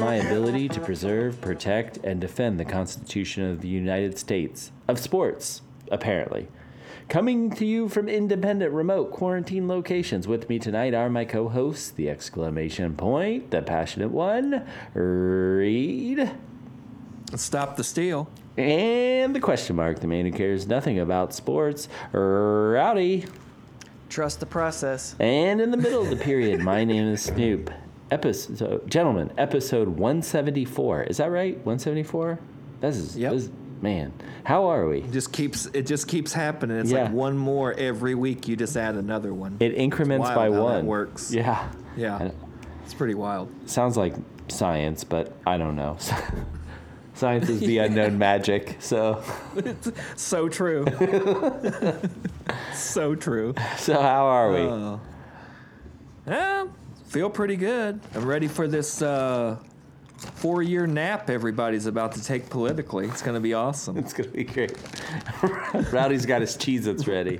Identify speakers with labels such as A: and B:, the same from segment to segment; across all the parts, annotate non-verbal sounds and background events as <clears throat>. A: duty to preserve, protect, and defend the Constitution of the United States. Of sports, apparently. Coming to you from independent remote quarantine locations with me tonight are my co hosts, the exclamation point, the passionate one, Reed,
B: Stop the steal.
A: and the question mark, the man who cares nothing about sports, Rowdy.
C: Trust the process.
A: And in the middle of the period, my name is Snoop. Episode, gentlemen, episode 174. Is that right? 174? This is,
B: Yep.
A: this is- man, how are we?
B: It just keeps it just keeps happening. It's
A: Yeah.
B: like one more every week. You just add another one.
A: It increments
B: wild
A: by
B: how that
A: one.
B: works.
A: Yeah.
B: yeah,
A: And
B: it's pretty wild.
A: it sounds like science, but I don't know. <laughs> science is the
B: <laughs>
A: unknown magic. So,
B: So true. so true.
A: so how are we?
B: Uh, yeah, feel pretty good. I'm ready for this uh, four-year nap everybody's about to take politically. It's gonna be
A: <laughs>
B: awesome.
A: it's gonna be great. Rowdy's got his Cheez-Its ready.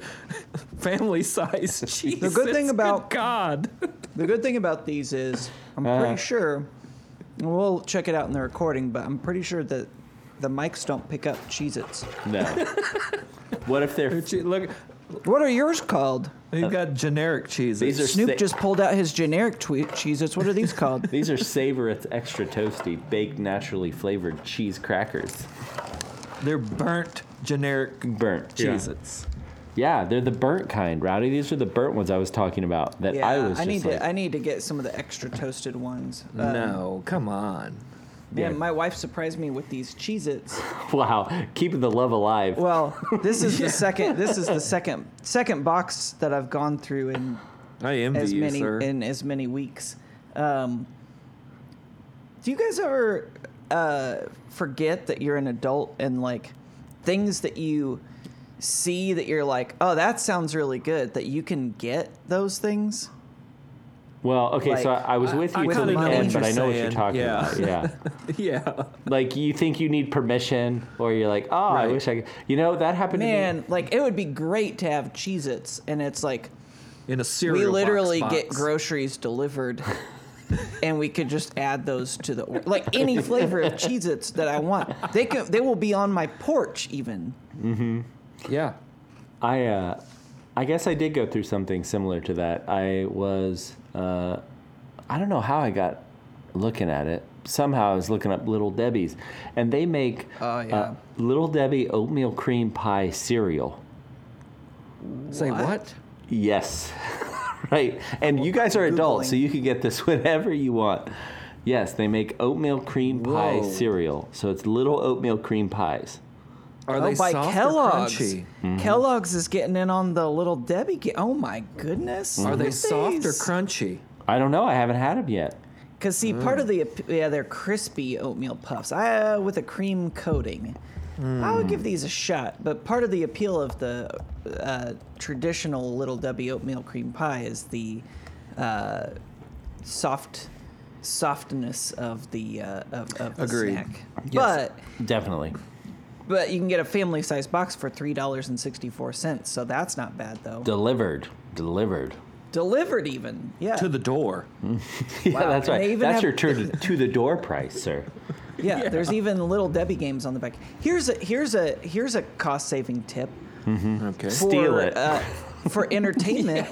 B: Family size. Jesus.
C: The good thing about-
B: God.
C: The good thing about these is I'm pretty
A: Uh.
C: sure. We'll check it out in the recording, but I'm pretty sure that the mics don't pick up Cheez-Its.
B: <laughs>
A: No. what if they're
B: Look,
C: What are yours called?
B: they've got generic cheeses.
A: These are- They're
C: Snoop
A: sa-
C: just pulled out his generic tweet Cheez-Its. What are
A: <laughs>
C: these called?
A: These are Savoreth's extra toasty, baked naturally flavored cheese crackers.
B: They're burnt generic
A: Burnt.
B: cheez Its.
A: Yeah, they're the burnt kind, Rowdy. These are the burnt ones I was talking about that
C: Yeah,
A: I was just
C: need
A: like,
C: to I need to get some of the extra toasted ones. Um,
B: No, come on.
A: yeah.
C: Man, my wife surprised me with these Cheez-Its.
A: wow, keeping the love alive.
C: Well, this
A: <laughs>
C: is the second this is the second second box that I've gone through in
B: I envy
C: as
B: you,
C: many
B: sir.
C: in as many weeks. Um, do you guys ever uh, forget that you're an adult and like things that you see that you're like, oh, that sounds really good that you can get those things?
A: well, okay, so I,
C: like,
A: I was with
B: I
A: you till
B: kinda
A: the
B: know
A: end, but
B: what you're
A: I know what you're
B: saying,
A: talking
B: yeah.
A: about. Yeah.
B: <laughs> <laughs> yeah.
A: like you think you need permission, or you're like, oh, I
B: Right.
A: wish I could. You know, that happened to me.
C: Man, like it would be great to have Cheez-Its and it's like
B: In a cereal
C: we literally
B: box
C: get
B: box. <laughs>
C: groceries delivered and we could just add those to the or- like any flavor of Cheez-Its that I want. They can they will be on my porch even.
B: Yeah.
A: I, uh, I guess I did go through something similar to that. I was, uh, I don't know how I got looking at it. Somehow I was looking up Little Debbie's, and they make
C: Oh, yeah.
A: uh, Little Debbie oatmeal cream pie cereal.
B: Say what?
A: Yes. <laughs> right. And you guys are adults, so
C: Googling.
A: you can get this <laughs> whenever you want. Yes, they make oatmeal cream pie
B: Whoa.
A: cereal. So it's little oatmeal cream pies.
B: Are
C: oh,
B: they
C: by
B: soft
C: Kellogg's.
B: or crunchy?
C: Kellogg's is getting in on the little Debbie. Ga- oh my goodness.
B: Are they soft or crunchy?
A: I don't know. I haven't had them yet.
C: Because see, part of the ap- yeah, they're crispy oatmeal puffs uh, with a cream coating.
B: Hmm.
C: I would give these a shot, but part of the appeal of the uh, traditional little Debbie oatmeal cream pie is the uh, soft softness of the uh, of, of the
B: Agreed.
C: snack.
A: Yes.
C: But
A: Definitely.
C: But you can get a family size box for three dollars and sixty four cents, so that's not bad though.
A: Delivered. Delivered.
C: Delivered even, yeah,
B: To the door.
A: <laughs> Yeah, that's
C: And
A: right.
C: they even
A: That's
C: have-
A: your turn to the door price, sir. <laughs>
C: yeah, There's even little Debbie games on the back. Here's a here's a here's a cost saving tip.
B: Okay.
A: Steal
C: Mm-hmm. for,
A: it.
C: Uh, for entertainment,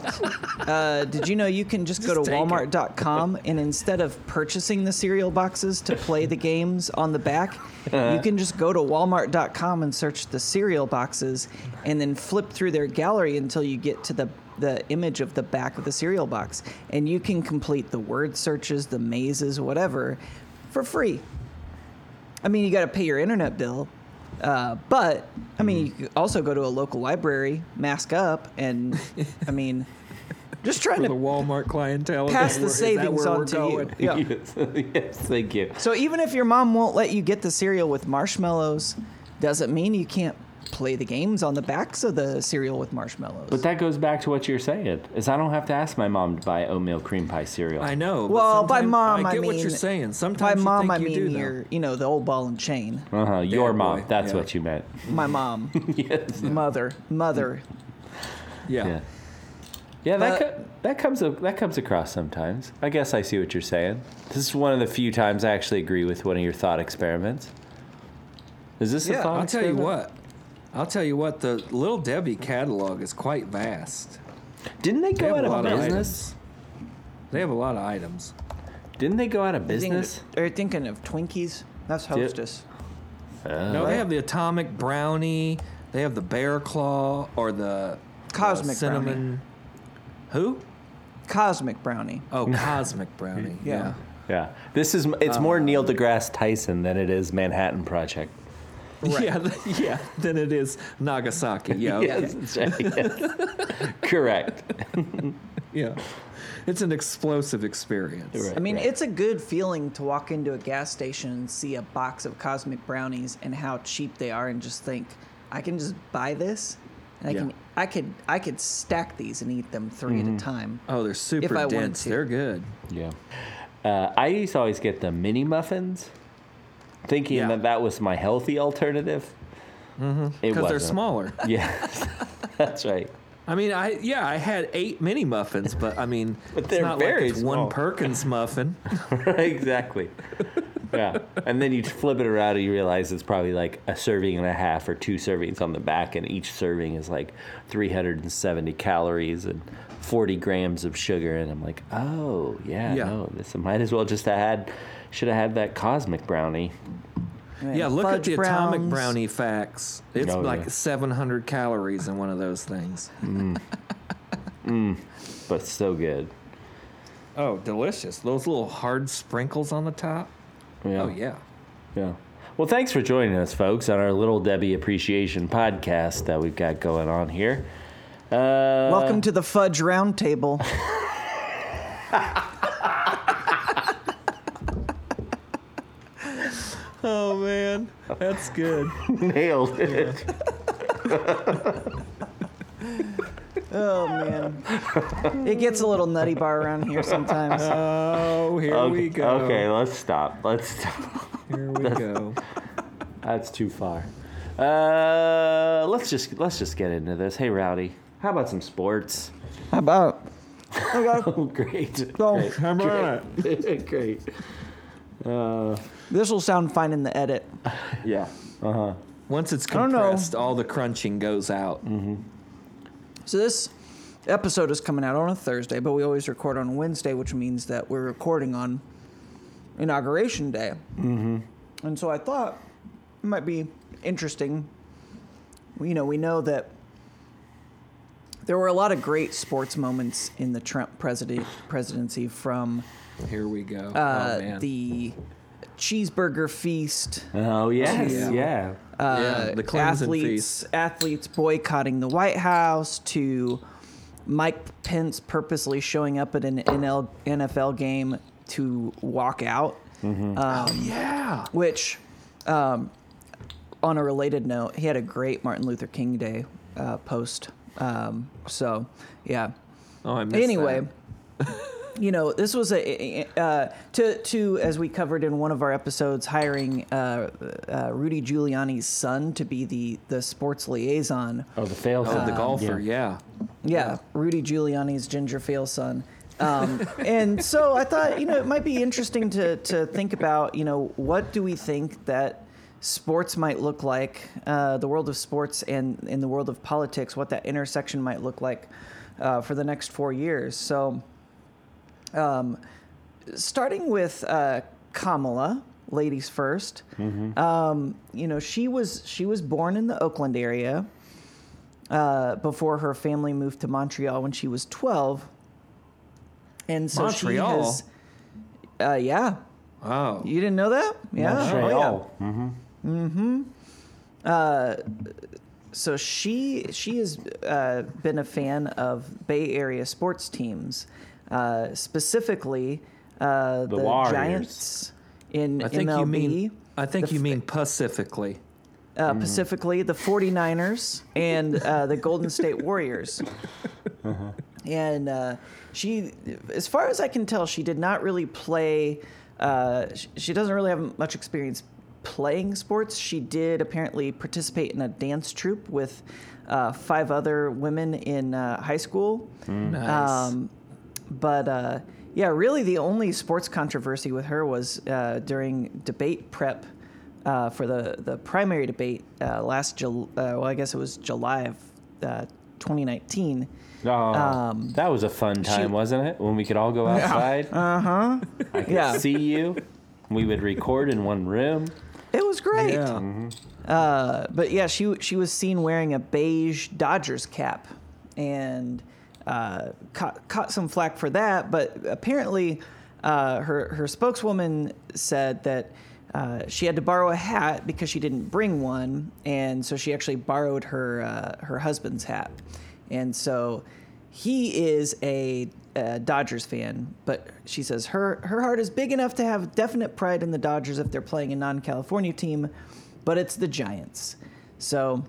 C: uh, did you know you can just, go to
B: take it.
C: Walmart.com and instead of purchasing the cereal boxes to play the games on the back, you can just go to Walmart.com and search the cereal boxes and then flip through their gallery until you get to the the image of the back of the cereal box, and you can complete the word searches, the mazes, whatever, for free. I mean, you got to pay your internet bill, uh, but I mean, you
B: Mm-hmm.
C: could also go to a local library, mask up, and I mean, just trying
B: For the
C: to
B: Walmart clientele.
C: pass
B: Is
C: the
B: that where- is that
C: savings
B: where
C: on
B: we're
C: to you.
B: going?
C: Yeah.
A: yes, yes, thank you.
C: So even if your mom won't let you get the cereal with marshmallows, doesn't mean you can't play the games on the backs of the cereal with marshmallows.
A: But that goes back to what you're saying, is I don't have to ask my mom to buy oatmeal cream pie cereal.
B: I know. but
C: well, by
B: sometimes-
C: mom,
B: I
C: I,
B: get
C: mean
B: what you're saying.
C: by
B: Sometimes you
C: mom,
B: think
C: I
B: you do,
C: mean
B: though.
C: your, you know, the old ball and chain.
A: Uh-huh, your
B: boy,
A: mom. That's
B: yeah.
A: what you meant.
B: Mm-hmm.
C: My mom,
B: <laughs>
A: yes.
C: mother, mother.
B: Yeah.
A: Yeah. Yeah, that
C: But-
A: co- that comes a- that comes across sometimes. I guess I see what you're saying. This is one of the few times I actually agree with one of your thought experiments. Is this a
B: Yeah,
A: thought
B: I'll tell you
A: experiment?
B: what. I'll tell you what. The Little Debbie catalog is quite vast.
A: Didn't they
B: They
A: go out
B: have a
A: of
B: lot of
A: business?
B: They have a lot of items.
A: Didn't they go out of
C: You think-
A: business?
C: Are you thinking of Twinkies? That's
A: Yep.
C: Hostess.
A: Uh,
B: No,
C: Right.
B: they have the atomic brownie. They have the bear claw or the
C: Cosmic
B: uh,
C: brownie.
B: cinnamon. Who?
C: Cosmic brownie.
B: Oh, cosmic brownie.
C: Yeah.
B: yeah.
A: Yeah, this is it's more Neil deGrasse Tyson than it is Manhattan Project.
C: Right.
B: <laughs> Yeah, th- yeah. Then it is Nagasaki. Yeah, okay.
A: Yes, yes. correct.
B: yeah. It's an explosive experience.
A: Right.
C: I mean,
A: right.
C: it's a good feeling to walk into a gas station and see a box of cosmic brownies and how cheap they are, and just think, I can just buy this, and I
B: Yeah.
C: can, I could, I could stack these and eat them 3 at a time.
B: Oh, they're super
C: I wanted
B: dense.
C: to.
B: They're good.
A: Yeah. Uh, I used to always get the mini muffins, thinking
B: Yeah.
A: that that was my healthy alternative. Mm-hmm.
B: Because they're smaller.
A: Yeah, <laughs> that's right.
B: I mean, I yeah, I had eight mini muffins, but I mean,
A: But
B: it's
A: they're
B: not
A: very
B: like it's
A: small.
B: one Perkins muffin.
A: <laughs> exactly. Yeah, and then you flip it around and you realize it's probably like a serving and a half or two servings on the back, and each serving is like 370 calories and 40 grams of sugar. And I'm like, oh yeah,
B: Yeah.
A: no, this I might as well just have had should have had that cosmic brownie.
C: And
B: yeah, look at
C: fudge
B: the atomic
C: browns.
B: brownie facts. It's
A: Oh,
B: like
A: yeah.
B: 700 calories in one of those things.
A: but so good.
B: Oh, delicious. Those little hard sprinkles on the top.
A: Yeah.
B: Oh, yeah.
A: Yeah. Well, thanks for joining us, folks, on our Little Debbie Appreciation podcast that we've got going on here. Uh,
C: Welcome to the fudge roundtable.
B: <laughs> Oh, man. That's good.
A: <laughs> nailed it.
C: oh man, it gets a little nutty bar around
B: <laughs>
C: here sometimes.
B: oh, here
A: okay,
B: we go.
A: okay, let's stop. Let's stop.
B: Here we go.
A: That's too far. Uh, let's just let's just get into this. Hey, Rowdy, how about some sports?
C: How about?
A: <laughs> Oh, great. <laughs>
C: Oh,
A: Great.
B: Come on.
A: great. Uh,
C: This will sound fine in the edit.
A: yeah. Uh-huh. Oh,
B: Once it's
C: don't know.
B: compressed, all the crunching goes out.
A: Mm.
C: So this episode is coming out on a Thursday, but we always record on Wednesday, which means that we're recording on inauguration day. Mm-hmm. And so I thought it might be interesting. You know, we know that there were a lot of great sports moments in the Trump president presidency from
B: Here we go.
C: uh,
B: oh, man.
C: the cheeseburger feast
A: Oh yes.
B: Yeah.
A: Yeah.
B: yeah,
C: uh,
B: the Clemson
C: athletes
B: feast.
C: athletes boycotting the White House to Mike Pence purposely showing up at an NL, NFL game to walk out.
B: Mm-hmm.
C: um,
B: Yeah.
C: Which, um, on a related note, he had a great Martin Luther King Day uh, post. Um, so, yeah.
B: Oh, I missed
C: Anyway.
B: that.
C: <laughs> You know, this was a uh, to to as we covered in one of our episodes, hiring uh, uh, Rudy Giuliani's son to be the the sports liaison.
A: Oh, the fail.
B: Oh, the
C: uh,
B: golfer, yeah.
C: Yeah, Rudy Giuliani's Ginger Fale son. Um, <laughs> and so I thought, you know, it might be interesting to, to think about, you know, what do we think that sports might look like, uh, the world of sports and in the world of politics, what that intersection might look like uh, for the next four years. So, um, starting with uh, Kamala, ladies 1st
B: Mm-hmm.
C: Um, you know, she was she was born in the Oakland area uh, before her family moved to Montreal when she was 12. And so
B: Montreal?
C: she has. Uh, yeah.
B: Oh.
C: You didn't know that? Yeah.
A: Montreal.
C: Oh, yeah. So she she has uh, been a fan of Bay Area sports teams, uh, specifically uh, the,
A: Warriors.
C: Giants in
B: I think
C: MLB.
B: you mean I think
C: The
B: you
C: f-
B: mean pacifically.
C: uh, specifically the 49ers and uh, the Golden State Warriors. And uh, she, as far as I can tell, she did not really play, uh, sh- she doesn't really have much experience playing sports. She did apparently participate in a dance troupe with uh, five other women in uh, high school.
A: Mm.
B: Nice.
C: Um, but uh, yeah, really the only sports controversy with her was uh, during debate prep uh, for the, the primary debate uh, last July. Uh, well, I guess it was July of uh, 2019.
A: Oh, that was a fun time,
C: Um, she- Uh-huh.
A: wasn't it? When we could all go
C: <laughs>
A: outside. Uh huh. I could
C: Yeah.
A: see you. We would record in one room.
C: It was great.
B: yeah.
C: Uh, but yeah, she she was seen wearing a beige Dodgers cap, and uh, caught caught some flack for that. But apparently, uh, her her spokeswoman said that. Uh, she had to borrow a hat because she didn't bring one, and so she actually borrowed her uh, her husband's hat. And so he is a, uh Dodgers fan, but she says her her heart is big enough to have definite pride in the Dodgers if they're playing a non-California team, but it's the Giants. So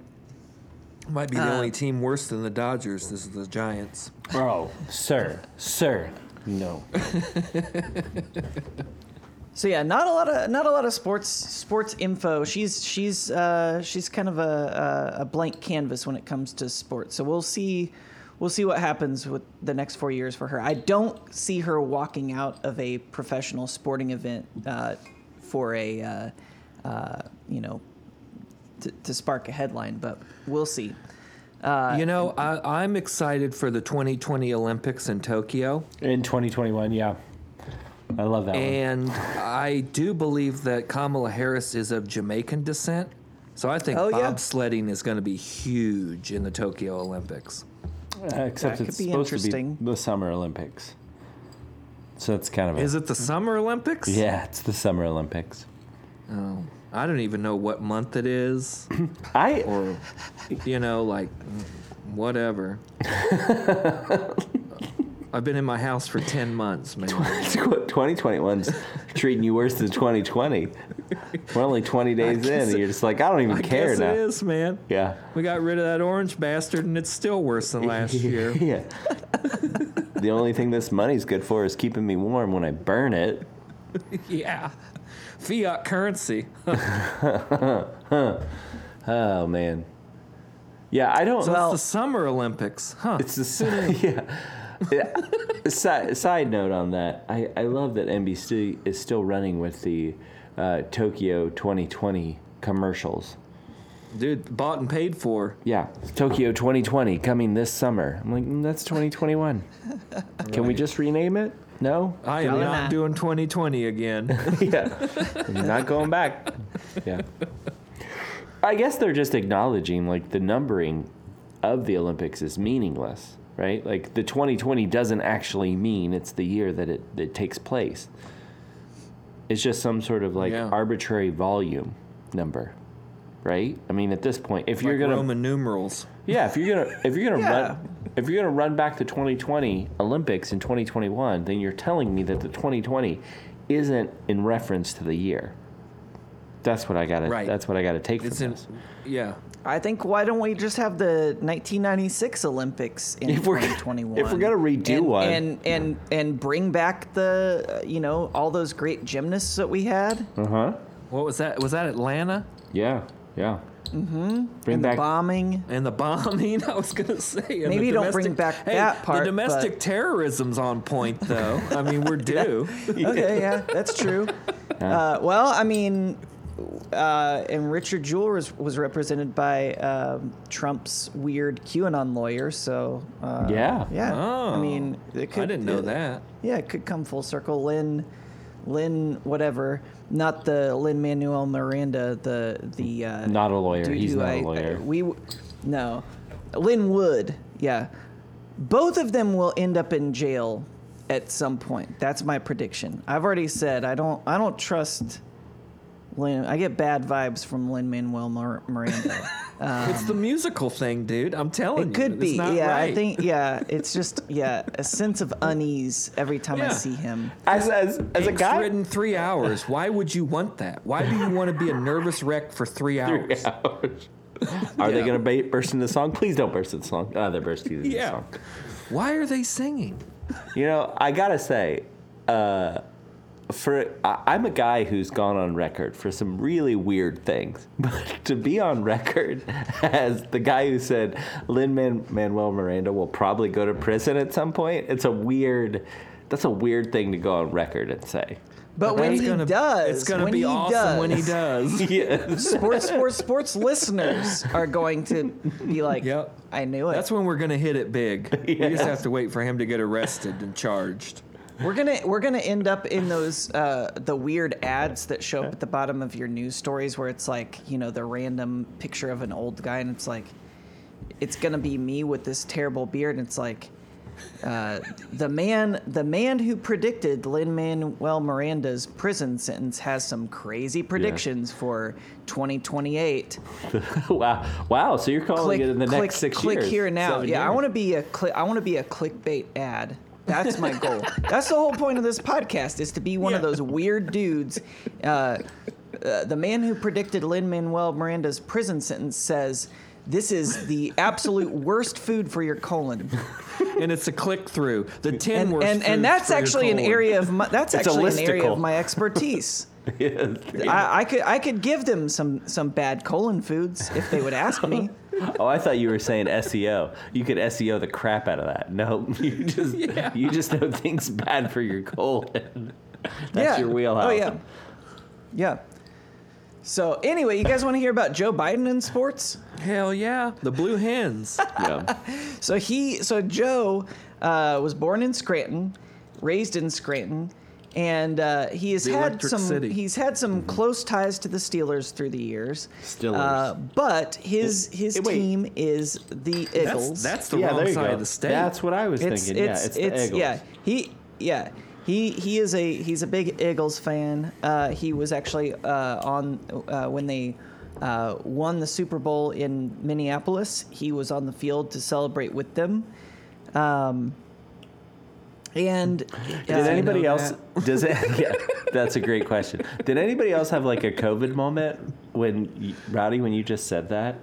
B: Might be the
C: Uh,
B: only team worse than the Dodgers. This is the Giants.
A: Bro, sir, sir. No.
C: so yeah, not a lot of not a lot of sports sports info. She's she's uh, she's kind of a, a a blank canvas when it comes to sports. So we'll see. We'll see what happens with the next four years for her. I don't see her walking out of a professional sporting event uh, for a, uh, uh, you know, to, to spark a headline, but we'll see. uh,
B: you know, I, I'm excited for the 2020 Olympics in Tokyo.
A: In 2021, yeah. I love that one.
B: And I do believe that Kamala Harris is of Jamaican descent. So I think
C: Oh, yeah.
B: bobsledding is going to be huge in the Tokyo Olympics.
A: Uh, except
C: could
A: it's
C: be
A: supposed to be
C: interesting.
A: the Summer Olympics. So that's kind of a,
B: Is it the Summer Olympics? Oh,
A: yeah, it's the Summer Olympics.
B: I don't even know what month it is
A: I
B: or, you know, like whatever. I've been in my house for 10 months,
A: <laughs>
B: man.
A: 2021's treating you worse than 2020. We're only 20 days in,
B: guess
A: and
B: it-
A: you're just like, I don't even
B: I
A: care
B: guess
A: now.
B: it is, man.
A: Yeah.
B: We got rid of that orange bastard, and it's still worse
A: <laughs>
B: than last year.
A: yeah. the only thing this money's good for is keeping me warm when I burn it.
B: yeah. Fiat currency.
A: Oh man. Yeah, I don't.
B: So
C: Well-
B: Oh, it's the Summer Olympics, huh?
A: It's the same. <laughs> yeah. yeah. side, side note on that, I, I love that NBC is still running with the uh, Tokyo 2020 commercials.
B: Dude, bought and paid for.
A: Yeah, Tokyo 2020 coming this summer. I'm like, mm, that's 2021. Can we just rename it? No.
B: I am
C: Why
B: not
C: not?
B: doing 2020 <laughs> again.
A: <laughs> yeah, not going back. Yeah. I guess they're just acknowledging like the numbering of the Olympics is meaningless, right? Like the 2020 doesn't actually mean it's the year that it, it takes place. It's just some sort of like
B: Yeah.
A: arbitrary volume number, right? I mean, at this point, if you're
B: Like
A: gonna
B: Roman numerals.
A: yeah, if you're gonna if you're gonna
C: Yeah.
A: run if you're gonna run back the 2020 Olympics in 2021, then you're telling me that the 2020 isn't in reference to the year. That's what I gotta.
B: Right.
A: That's what I gotta take from
B: It's in,
A: this.
B: yeah.
C: I think why don't we just have the 1996 Olympics in
A: If we're-
C: 2021?
A: if we're gonna redo
C: and,
A: one.
C: and and and bring back the uh, you know all those great gymnasts that we had
A: Uh huh.
B: What was that? Was that Atlanta?
A: Yeah. Yeah. Mm-hmm. Bring
C: and the
A: back. <laughs>
C: bombing.
B: And the bombing, <laughs> I was going to say. and
C: Maybe
B: the
C: you don't bring
B: domestic-
C: back
B: hey,
C: that part,
B: The domestic
C: but-
B: terrorism's on point, though. I mean,
C: <laughs>
B: we're due.
C: Okay, yeah, that's
A: <laughs>
C: true. Uh, well, I mean, uh, and Richard Jewell was, was represented by um, Trump's weird QAnon lawyer, so uh,
A: Yeah.
C: yeah. I
B: Oh.
C: mean, it could,
B: I didn't know
C: it-
B: that.
C: Yeah, it could come full circle. Lynn, Lynn, whatever, not the Lynn Manuel Miranda, the the uh,
A: Not a lawyer.
C: dude
A: He's
C: who
A: not
C: I-
A: a lawyer.
C: I- we w- no, Lynn Wood. Yeah, both of them will end up in jail at some point. That's my prediction. I've already said I don't I don't trust. Lin, I get bad vibes from Lynn Manuel
A: <laughs>
C: Miranda.
B: it's the musical thing, dude. I'm telling
C: Um, It
B: you.
C: could
B: it's
C: be,
B: not
C: yeah. I
B: right.
C: think, yeah. It's just, yeah, a sense of unease every time I
B: Yeah.
C: see him.
A: as as as a
B: It's
A: guy. <laughs>
B: ridden three hours. Why would you want that? Why do you want to be a nervous wreck for three hours?
A: Are they
B: Yeah.
A: gonna ba- burst into song? Please don't burst into song. Oh, they're bursting into
B: <laughs> Yeah.
A: song.
B: Why are they singing?
A: You know, I gotta say, uh, for I- I'm a guy who's gone on record for some really weird things, <laughs> but to be on record <laughs> as the guy who said Lin Manuel Miranda will probably go to prison at some point, it's a weird. That's a weird thing to go on record and say. <laughs>
C: But when
B: It's
C: he
B: gonna-
C: does,
B: it's gonna
C: when
B: be
C: he
B: awesome
C: does,
B: when he
C: <laughs>
B: does.
A: Yes. <laughs>
C: sports, sports, sports listeners are going to be like,
B: Yep.
C: I knew it.
B: That's when we're gonna hit it big.
C: <laughs>
B: We just have to wait for him to get arrested and charged.
C: We're gonna we're gonna end up in those uh, the weird ads that show up at the bottom of your news stories where it's like you know the random picture of an old guy and it's like it's gonna be me with this terrible beard and it's like uh, the man the man who predicted Lin Manuel Miranda's prison sentence has some crazy predictions for 2028.
A: wow. Wow. So you're calling
C: Click
A: it in the
C: click
A: next six
C: click
A: years.
C: here now.
A: seven
C: Yeah, I
A: years.
C: want to be a cli- I want to be a clickbait ad. That's my
A: <laughs>
C: goal. That's the whole point of this podcast is to be one of
B: Yeah.
C: those weird dudes. Uh, uh, the man who predicted Lin Manuel Miranda's prison sentence says, "This is the absolute worst food for
A: <laughs>
C: your colon,"
B: And it's a click through. The ten
C: and
B: worst.
C: and,
B: foods
C: and that's
B: for your
C: actually an
B: colon.
C: area
A: <laughs>
C: of my, that's
A: It's a
C: actually an area
A: listicle.
C: of
A: <laughs>
C: my expertise.
A: <laughs> Yes.
C: I, I could I could give them some some bad colon foods if they would
A: <laughs>
C: ask me.
A: Oh, I thought you were saying SEO. You could SEO the crap out of that. No, <laughs> you just you just know things bad for your colon. That's your wheelhouse.
C: Oh yeah, yeah. So anyway, you guys want to hear about Joe Biden in sports?
B: Hell yeah, the Blue
C: <laughs>
B: Hens.
A: <laughs> Yeah.
C: So he, so Joe uh, was born in Scranton, raised in Scranton, and uh, he has
B: The
C: had
B: Electric
C: some.
B: City.
C: He's had some close ties to the Steelers through the years.
A: Steelers.
C: Uh, but his his
A: eh, wait.
C: team is the
B: that's,
C: Eagles.
B: that's the
A: Yeah,
B: wrong
A: there you
B: side
A: go.
B: of the state.
A: That's what I was
C: it's,
A: thinking.
C: it's,
A: yeah, it's,
C: it's-
A: the Eagles.
C: yeah. He yeah. He he is a he's a big Eagles fan. Uh, he was actually uh, on uh, when they uh, won the Super Bowl in Minneapolis. He was on the field to celebrate with them. Um, and uh,
A: Did anybody
B: know
A: else? <laughs> Does
C: <laughs>
A: it? Yeah, that's a great question. Did anybody else have like a COVID moment when you, Rowdy, when you just said that,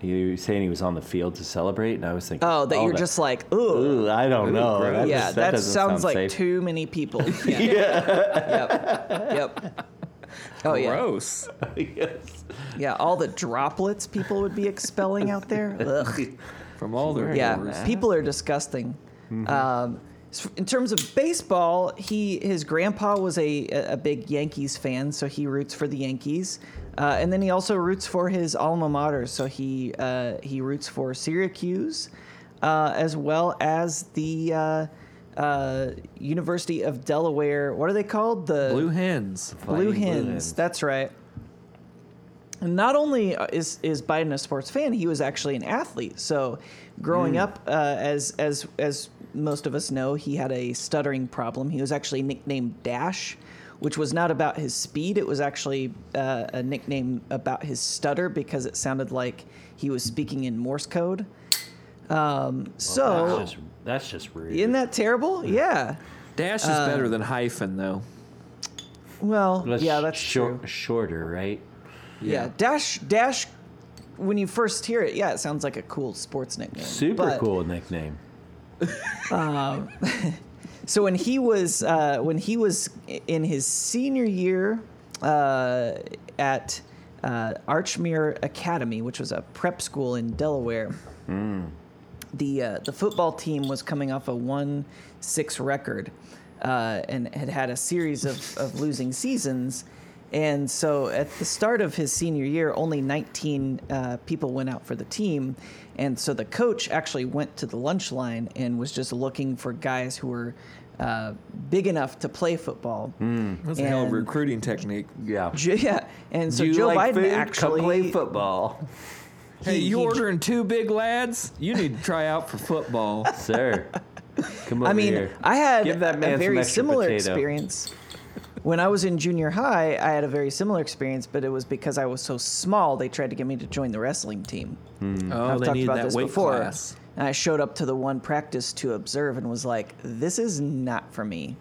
A: you were saying he was on the field to celebrate, and I was thinking,
C: oh that you're
A: that-
C: just like
A: <laughs>
C: ooh,
A: Ooh, I don't know.
B: gross.
A: That
C: yeah
A: just-
C: that,
A: doesn't
C: sounds
A: sound
C: like
A: safe.
C: too many people yeah, yep
A: <laughs>
C: yep oh yeah
B: Gross.
A: <laughs> yes.
C: yeah all the droplets people would be expelling out there Ugh.
B: From all their
C: Yeah,
B: neighbors.
C: people are disgusting. Um, s- in terms of baseball, he his grandpa was a a big Yankees fan, so he roots for the Yankees, uh, and then he also roots for his alma mater. So he uh, he roots for Syracuse, uh, as well as the. Uh, uh, University of Delaware. What are they called? The
B: Blue Hens.
C: Blue
A: Fighting Blue
C: Hens.
A: Hens.
C: That's right. And not only uh, is is Biden a sports fan, he was actually an athlete. So, growing
A: Mm.
C: up, uh, as as as most of us know, he had a stuttering problem. He was actually nicknamed Dash, which was not about his speed. It was actually uh, a nickname about his stutter because it sounded like he was speaking in Morse code. Um, so,
D: That's just, that's just rude.
C: isn't that terrible? Yeah.
B: Dash is
C: Um,
B: better than hyphen though.
C: Well,
A: That's
C: yeah, that's
A: shor-
C: true.
A: Shorter, right?
C: Yeah. Dash Dash when you first hear it, yeah, it sounds like a cool sports nickname.
A: Super
C: But-
A: cool nickname.
C: So when he was uh, when he was in his senior year uh, at uh, Archmere Academy, which was a prep school in Delaware, the uh, the football team was coming off a one six record uh, and had had a series of, of losing seasons. And so at the start of his senior year, only 19 uh, people went out for the team. And so the coach actually went to the lunch line and was just looking for guys who were uh, big enough to play football.
B: That's a hell of a
C: And-
B: recruiting technique.
A: Yeah.
C: J- Yeah. And so Joe Biden actually.
A: football,
B: Hey,
C: he-
B: you
C: he-
B: ordering two big lads? You need to try out for
C: <laughs>
B: football.
A: <laughs>
B: Oh,
A: sir. Come over
C: I mean,
A: here.
C: I had
A: Give that man
C: a
A: some
C: very
A: extra
C: similar
A: potato.
C: experience. When I was in junior high, I had a very similar experience, but it was because I was so small, they tried to get me to join the wrestling team.
B: Oh,
C: I've
B: they
C: talked
B: need
C: about
B: that
C: this
B: weight
C: before.
B: class.
C: And I showed up to the one practice to observe and was like, this is not for me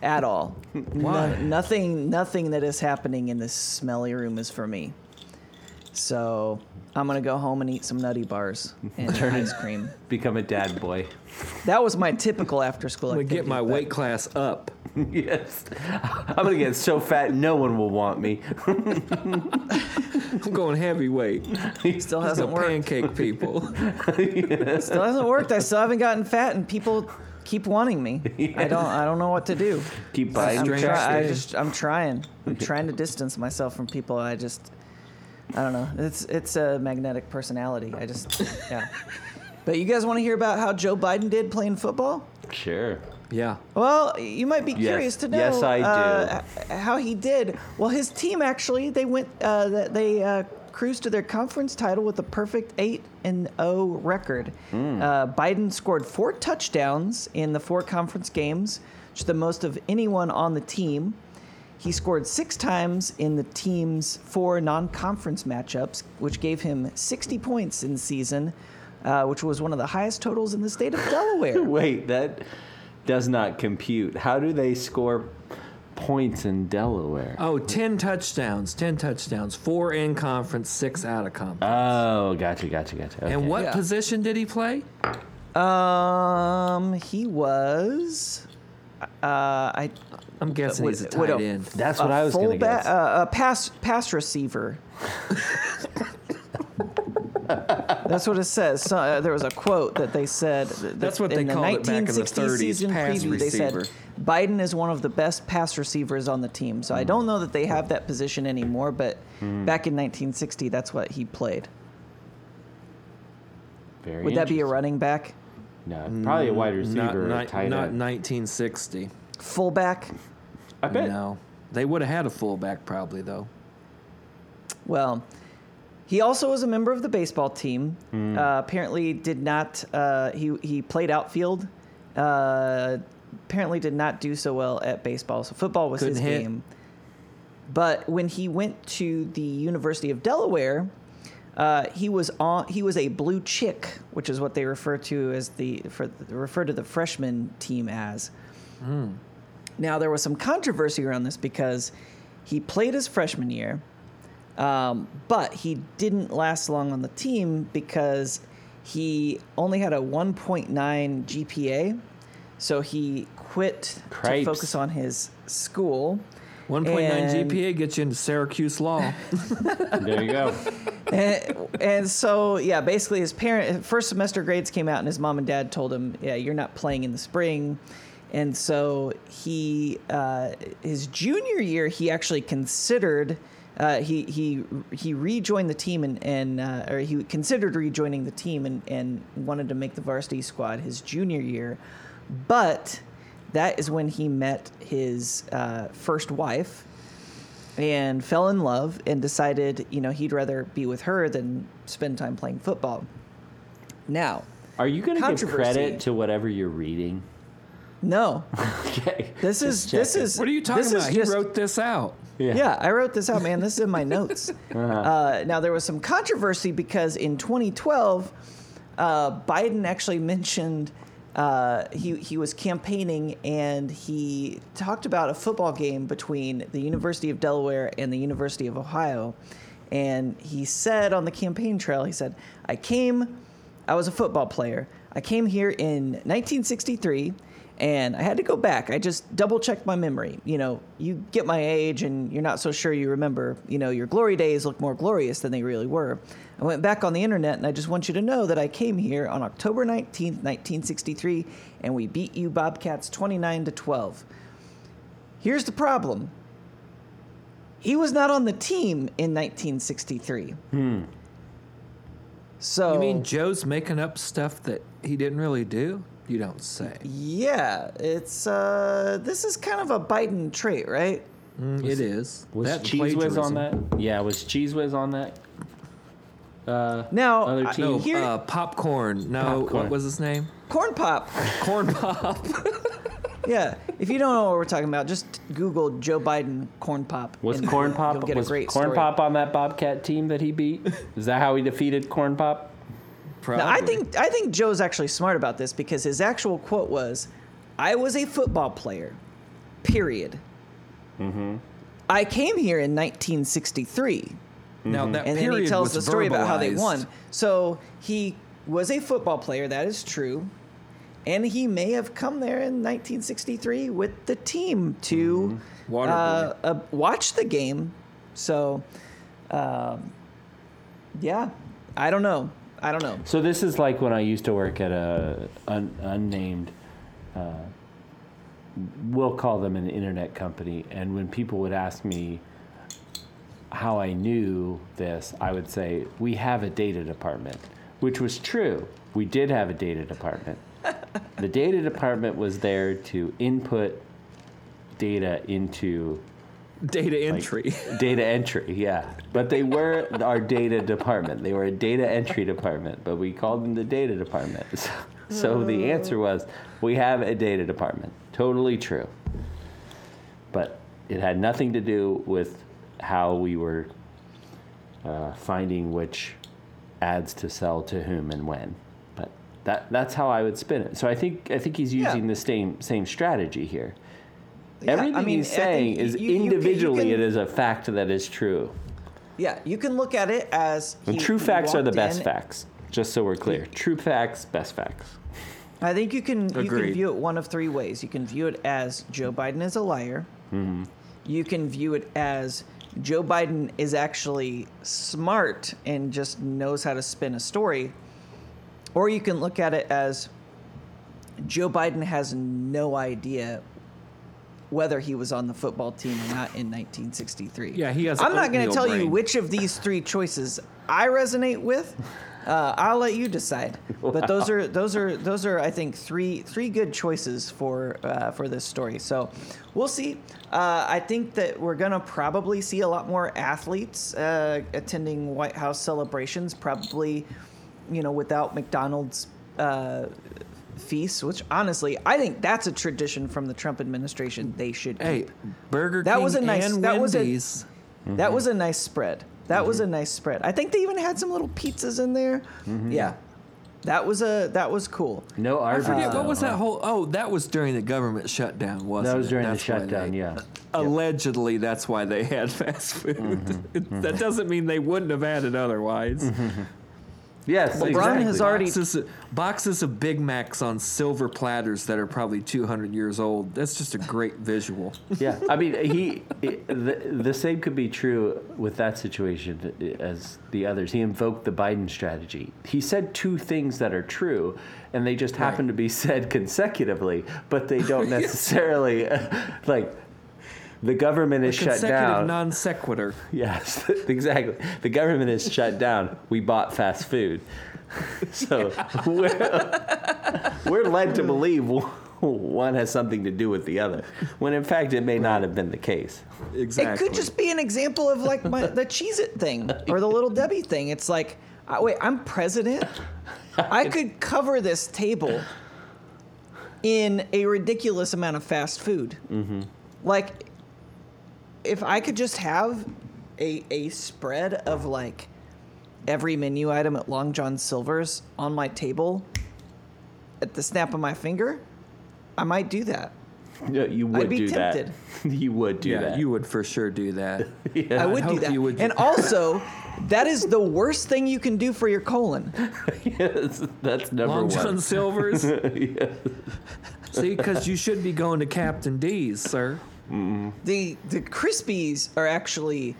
C: at all.
B: Why?
C: nothing, nothing that is happening in this smelly room is for me. So I'm gonna go home and eat some nutty bars and ice cream.
A: Become a dad boy.
C: That was my typical after school.
B: I'm gonna get my weight class up.
A: <laughs> yes. I'm going to get so fat no one will want me.
B: I'm going
C: <laughs>
B: heavyweight.
C: Still
B: The
C: hasn't worked.
B: pancake
C: <laughs>
B: people.
C: Still hasn't worked. I still haven't gotten fat, and people keep wanting me. I don't. I don't know what to do.
A: Keep buying
C: I'm,
B: Strange
C: try- I
B: thing.
C: just, I'm trying. I'm trying to distance myself from people. I just, I don't know. It's it's a magnetic personality. I just, yeah. But you guys want to hear about how Joe Biden did playing football?
A: Sure.
B: Yeah.
C: Well, you might be curious to know.
A: Yes, I do.
C: uh, h- how he did. Well, his team actually they went uh, th- they uh, cruised to their conference title with a perfect eight and zero record.
A: Hmm.
C: Uh, Biden scored four touchdowns in the four conference games, which is the most of anyone on the team. He scored six times in the team's four non-conference matchups, which gave him 60 points in the season, uh, which was one of the highest totals in the state of Delaware.
A: Wait, that does not compute. How do they score points in Delaware?
B: Oh, 10 touchdowns, 10 touchdowns, four in conference, six out of conference.
A: Oh, gotcha, gotcha, gotcha.
B: and
A: okay.
B: what
C: Yeah.
B: position did he play?
C: Um, he was. Uh, I
B: I'm guessing
C: Would-
B: he's a
C: would
B: tight
C: a-
B: end.
A: That's what
C: a
A: I was going to
C: fullback-
A: guess.
C: uh, a pass pass receiver. That's what it says. So, uh, there was a quote that they said. that-
B: That's what
C: in
B: they
C: the
B: called it back in the
C: 1960
B: 30s,
C: Season
B: pass
C: preview, they
B: receiver.
C: said Biden is one of the best pass receivers on the team. So I
A: Hmm.
C: don't know that they have that position anymore, but back in 1960, that's what he played.
A: Very
C: Would that be a
A: interesting.
C: running back,
A: No, probably a wide receiver
B: Not,
A: or a
B: not,
A: tight
B: not
A: end.
B: 1960.
C: fullback?
A: I bet.
B: No. They would have had a fullback probably, though.
C: Well, he also was a member of the baseball team.
B: Hmm.
C: Uh, apparently, did not. Uh, he he played outfield. Uh, apparently, did not do so well at baseball. So football was
B: Couldn't
C: his
B: hit.
C: game. But when he went to the University of Delaware, uh, he was on. He was a blue chick, which is what they refer to as the for, refer to the freshman team as. Now there was some controversy around this because he played his freshman year, um, but he didn't last long on the team because he only had a 1.9 GPA, so he quit
A: Cripes.
C: to focus on his school.
B: 1.9
C: And-
B: GPA gets you into Syracuse Law.
C: <laughs>
A: There you go.
B: <laughs>
C: and, and so yeah, basically his parent first semester grades came out, and his mom and dad told him, "Yeah, you're not playing in the spring." And so he, uh, his junior year, he actually considered. Uh, he he he rejoined the team and and uh, or he considered rejoining the team and and wanted to make the varsity squad his junior year, but that is when he met his uh, first wife, and fell in love and decided, you know, he'd rather be with her than spend time playing football. Now,
A: Are you going to give
C: Controversy.
A: credit to whatever you're reading? <laughs>
C: no,
A: Okay.
C: this is this
A: checking.
C: is
B: what are you talking
C: this is
B: about? He
C: just-
B: wrote this out.
C: Yeah. I wrote this out, man. This is in my notes. uh now there was some controversy because in 2012, uh, Biden actually mentioned uh, he he was campaigning and he talked about a football game between the University of Delaware and the University of Ohio, and he said on the campaign trail, he said, "I came, I was a football player. I came here in 1963." and I had to go back. I just double checked my memory. You know, you get my age and you're not so sure you remember. You know, your glory days look more glorious than they really were. I went back on the internet and I just want you to know that I came here on October 19th, 1963, and we beat you Bobcats 29 to 12. Here's the problem. He was not on the team in 1963. So
B: Hmm. You mean Joe's making up stuff that he didn't really do? You don't say.
C: Yeah, it's uh this is kind of a Biden trait, right?
B: Mm, it is.
A: Was
B: That
A: Cheese Whiz on
B: plagiarism.
A: that? Yeah, was Cheese Whiz on that? Uh,
C: Now,
A: Other
C: I-
A: team.
B: No,
C: here
B: uh, popcorn. No,
A: Popcorn.
B: what was his name?
C: corn pop.
B: <laughs> Corn pop.
C: yeah, if you don't know what we're talking about, just Google Joe Biden corn pop.
A: was
C: and
A: Corn
C: you'll
A: Pop
C: get a
A: was Corn
C: great story.
A: Pop on that Bobcat team that he beat? Is that how he defeated Corn Pop?
B: <laughs> Probably.
C: Now, I think I think Joe's actually smart about this because his actual quote was, "I was a football player." Period. Mm-hmm. I came here in 1963.
B: Now that period
C: and then he tells the
B: was
C: story about how they
B: verbalized.
C: won. So he was a football player, that is true. And he may have come there in 1963 with the team to
B: Mm-hmm. Waterboy.
C: uh, uh, watch the game. So, um, yeah, I don't know. I don't know.
A: So this is like when I used to work at a un, unnamed, uh, we'll call them an internet company, and when people would ask me how I knew this, I would say we have a data department, which was true. We did have a data department. the data department was there to input data into
B: data entry.
A: data entry, yeah. But they were our data department. They were a data entry department, but we called them the data department. <laughs> So, so the answer was we have a data department. Totally true. But it had nothing to do with how we were uh, finding which ads to sell to whom and when. But that that's how I would spin it. So I think I think he's
C: Yeah.
A: using the same same strategy here.
C: Yeah, I
A: Everything
C: mean,
A: he's
C: I think
A: saying
C: you-
A: is
C: you- you can- you
A: individually,
C: can-
A: it is a fact that is true.
C: Yeah, you can look at it as
A: And
C: he-
A: true
C: he
A: facts are the
C: walked
A: best
C: in
A: facts, just so we're clear. True facts, best facts.
C: I think you can you
B: Agreed.
C: can view it one of three ways. You can view it as Joe Biden is a liar. You can view it as Joe Biden is actually smart and just knows how to spin a story. Or you can look at it as Joe Biden has no idea whether he was on the football team or not in 1963.
B: Yeah, he has
C: I'm not going
B: oatmeal
C: to tell you
B: brain.
C: which of these three choices I resonate with. Uh, I'll let you decide. But those are those are those are I think three three good choices for uh, for this story. So we'll see. Uh, I think that we're gonna probably see a lot more athletes uh, attending White House celebrations. Probably, you know, without McDonald's. Uh, feasts which honestly i think that's a tradition from the trump administration they should keep.
B: Hey, Burger
C: That
B: King
C: was a nice-
B: and
C: that was a-
B: Wendy's.
C: That was a nice spread. That was a nice spread. I think they even had some little pizzas in there. Yeah. That was a that was cool.
A: No Arby's.
B: Forget, what
A: though,
B: was that
A: huh?
B: whole? Oh, that was during the government shutdown, wasn't it?
A: That was during the
B: That's why
A: shutdown,
B: they-
A: yeah.
B: Allegedly, that's why they had fast food.
C: Mm-hmm,
B: It- <laughs> that doesn't mean they wouldn't have had it otherwise.
A: Yes,
C: LeBron
A: exactly.
C: has already-
B: boxes, boxes of Big Macs on silver platters that are probably 200 years old. That's just a great visual.
A: yeah, I mean, he it, the, the same could be true with that situation as the others. He invoked the Biden strategy. He said two things that are true, and they just happen to be said consecutively, but they <laughs> don't necessarily like. The government is shut
B: Consecutive
A: down.
B: non sequitur.
A: Yes, <laughs> exactly. The government is shut down. We bought fast food. <laughs> So we're, we're led to believe one has something to do with the other, when in fact it may not have been the case.
B: Exactly.
C: It could just be an example of like my, the Cheez It thing or the Little Debbie thing. It's like, I, wait, I'm president. I could cover this table in a ridiculous amount of fast food. Like, if I could just have a, a spread of like every menu item at Long John Silver's on my table at the snap of my finger, I might do that.
A: No, You would
C: be
A: do
C: tempted.
A: that. <laughs> You would do
B: yeah,
A: that.
B: you would for sure do that.
A: Yeah.
C: I would
B: hope
C: do that.
B: you would-
C: and also, that is the worst thing you can do for your colon.
A: yes, that's number
B: Long
A: one.
B: John Silver's.
A: Yeah.
B: See, because you should be going to Captain D's, sir.
C: The the crispies are actually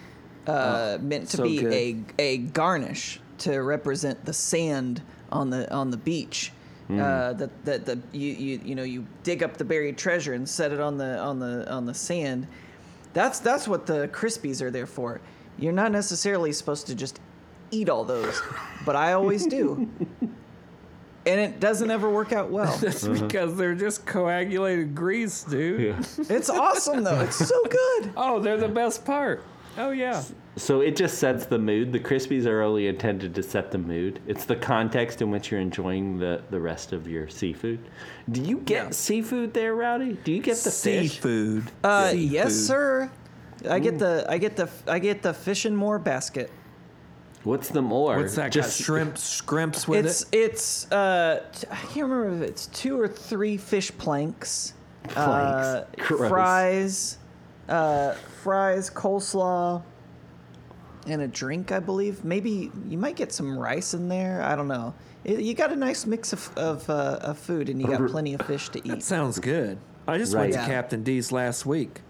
C: uh, meant to
B: Oh, so
C: be
B: good.
C: a a garnish to represent the sand on the on the beach.
B: Hmm.
C: Uh, that that the you, you you know you dig up the buried treasure and set it on the on the on the sand. That's that's what the crispies are there for. You're not necessarily supposed to just eat all those, but I always
B: <laughs>
C: do. And it doesn't ever work out well.
B: That's <laughs> because they're just coagulated grease, dude.
C: It's awesome though. It's so good.
B: Oh, they're the best part. Oh yeah.
A: So it just sets the mood. The Krispies are only intended to set the mood. It's the context in which you're enjoying the, the rest of your seafood. Do you get
B: Yeah.
A: seafood there, Rowdy? Do you get the fish?
B: seafood.
C: Uh, yes, sir. I get the I get the I get the fish and more basket.
A: What's the more?
B: What's that? Just shrimp, scrimps with
C: It's
B: it.
C: it's uh t- I can't remember if it's two or three fish planks, uh,
A: Planks. Gross.
C: fries, uh, fries, coleslaw, and a drink, I believe. Maybe you might get some rice in there. I don't know. It, you got a nice mix of of, uh, of food, and you
B: <laughs>
C: got plenty of fish to eat.
B: Sounds good. I just
A: Right.
B: went to
A: Yeah.
B: Captain D's last week.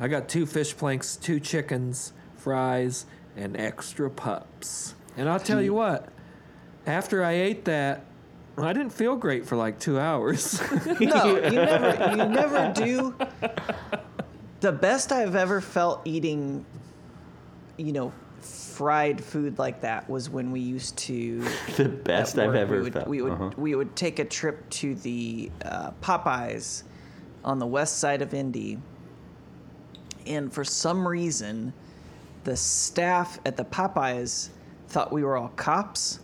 B: I got two fish planks, two chickens, fries, and extra pups. And I'll tell you what, after I ate that, I didn't feel great for like two hours. <laughs>
C: No,
A: <laughs>
C: you never, you never do. The best I've ever felt eating, you know, fried food like that was when we used to.
A: The <laughs>
C: at
A: best I've
C: work,
A: ever
C: we would,
A: felt.
C: We would
A: Uh-huh.
C: we would take a trip to the uh, Popeyes on the west side of Indy, and for some reason, the staff at the Popeyes thought we were all cops,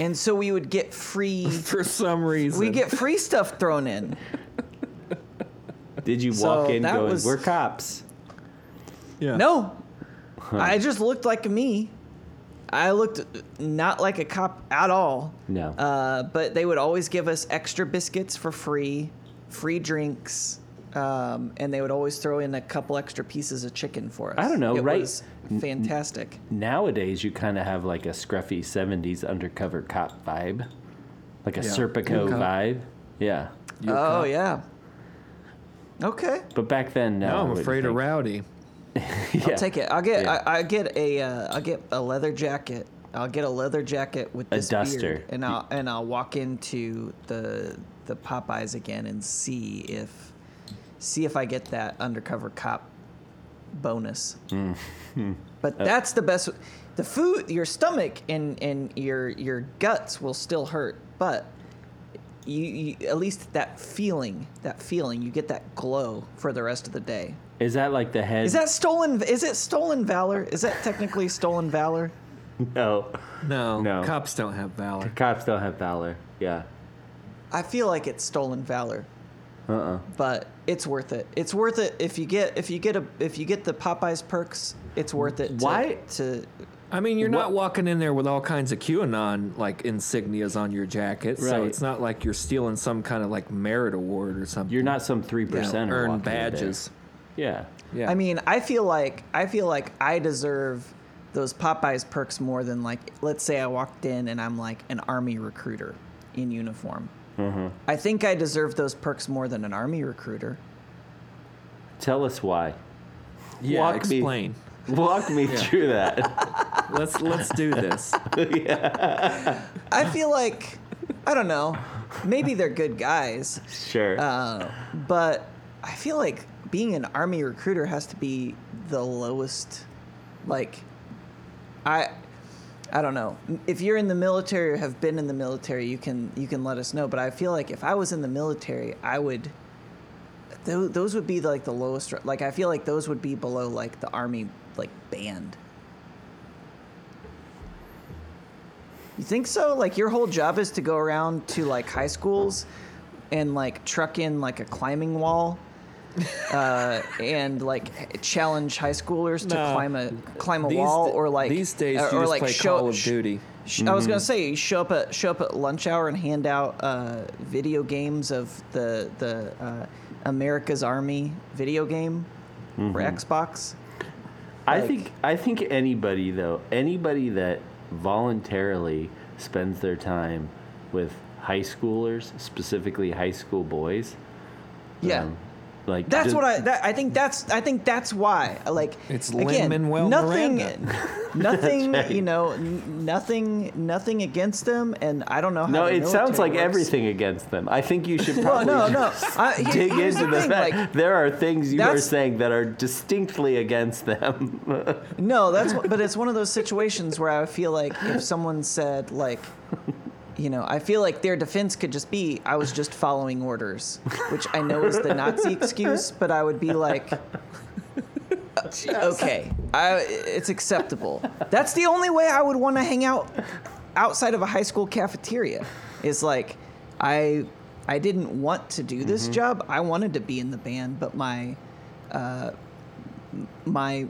C: and so we would get free.
B: for some reason.
C: We get free stuff thrown in.
A: Did you
C: So
A: walk in
C: that
A: going,
C: was-
A: "We're cops"?
B: yeah.
C: No. I just looked like me. I looked not like a cop at all.
A: No.
C: Uh, but they would always give us extra biscuits for free, free drinks, um, and they would always throw in a couple extra pieces of chicken for us.
A: I don't know,
C: It
A: right?
C: was fantastic.
A: Nowadays, you kind of have like a scruffy '70s undercover cop vibe, like a
B: Yeah.
A: Serpico
B: Okay.
A: vibe. Yeah,
B: You a
C: oh
B: cop?
C: yeah. Okay,
A: but back then, no.
B: Now
A: I
B: I'm
A: wouldn't
B: afraid of
A: think.
B: rowdy.
A: <laughs> Yeah.
C: I'll take it. I'll get
A: Yeah.
C: I, I get a uh, I'll get a leather jacket. I'll get a leather jacket with
A: A
C: this
A: duster.
C: beard, and I'll and I'll walk into the the Popeyes again and see if see if I get that undercover cop bonus.
A: Mm. <laughs>
C: But
A: Uh,
C: that's the best. The food, your stomach and and your your guts will still hurt, but you, you at least that feeling, that feeling, you get that glow for the rest of the day.
A: Is that like the head?
C: Is that stolen? Is it stolen valor? Is that technically stolen valor?
A: no?
B: No,
A: No.
B: cops don't have valor.
A: Cops don't have valor. Yeah.
C: I feel like it's stolen valor,
A: Uh. uh
C: but it's worth it. It's worth it if you get if you get a if you get the Popeyes perks. It's worth it. To,
A: Why-
C: To
B: I mean, you're not
A: What-
B: walking in there with all kinds of QAnon like insignias on your jacket, so
A: Right.
B: it's not like you're stealing some kind of like merit award or something.
A: You're not some three
B: You know,
A: percent
B: earn badges.
A: Yeah.
B: Yeah.
C: I mean, I feel like I feel like I deserve those Popeyes perks more than like let's say I walked in and I'm like an army recruiter in uniform. I think I deserve those perks more than an army recruiter.
A: Tell us why.
B: yeah,
A: walk me-
B: explain.
A: Walk me through that. <laughs>
B: let's let's do
C: <laughs>
B: this.
C: I feel like I don't know. Maybe they're good guys.
A: sure.
C: Uh, but I feel like being an army recruiter has to be the lowest. Like, I, I don't know. If you're in the military or have been in the military, you can you can let us know. But I feel like if I was in the military, I would. Those, those would be like the lowest. Like I feel like those would be below like the army like band. You think so? Like your whole job is to go around to like high schools and like truck in like a climbing wall uh, and like challenge high schoolers to
B: No.
C: climb a climb a
B: These
C: wall
B: d-
C: or like
B: these days
C: or,
B: you
C: or,
B: just
C: like
B: play
C: show,
B: Call of
C: sh-
B: Duty. Mm-hmm.
C: sh- I was gonna say you show up at show up at lunch hour and hand out uh, video games of the the uh, America's Army video game for
B: Mm-hmm.
C: Xbox.
A: I think I think anybody though, anybody that voluntarily spends their time with high schoolers, specifically high school boys,
C: Yeah.
A: um, like
C: That's
A: just-
C: what I. That, I think that's. I think that's why. Like
B: It's
C: again,
B: Lin-Manuel
C: nothing,
B: <laughs> Miranda.
C: nothing.
A: right.
C: You know, n- nothing. Nothing against them, and I don't know. How
A: No,
C: the
A: it sounds
C: military
A: like
C: works.
A: everything against them. I think you should
C: <laughs> Well,
A: probably
C: no, no.
B: <laughs>
C: I, here-
A: dig
C: here's
A: into the,
C: thing,
A: fact
C: like,
A: there are things you are
C: That's-
A: saying that are distinctly against them. <laughs>
C: no, that's. what- But it's one of those situations where I feel like if someone said like. You know, I feel like their defense could just be, I was just following orders, which I know is the Nazi excuse, but I would be like, okay, I, it's acceptable. That's the only way I would want to hang out outside of a high school cafeteria. Is like, I I didn't want to do this job. I wanted to be in the band, but my uh, my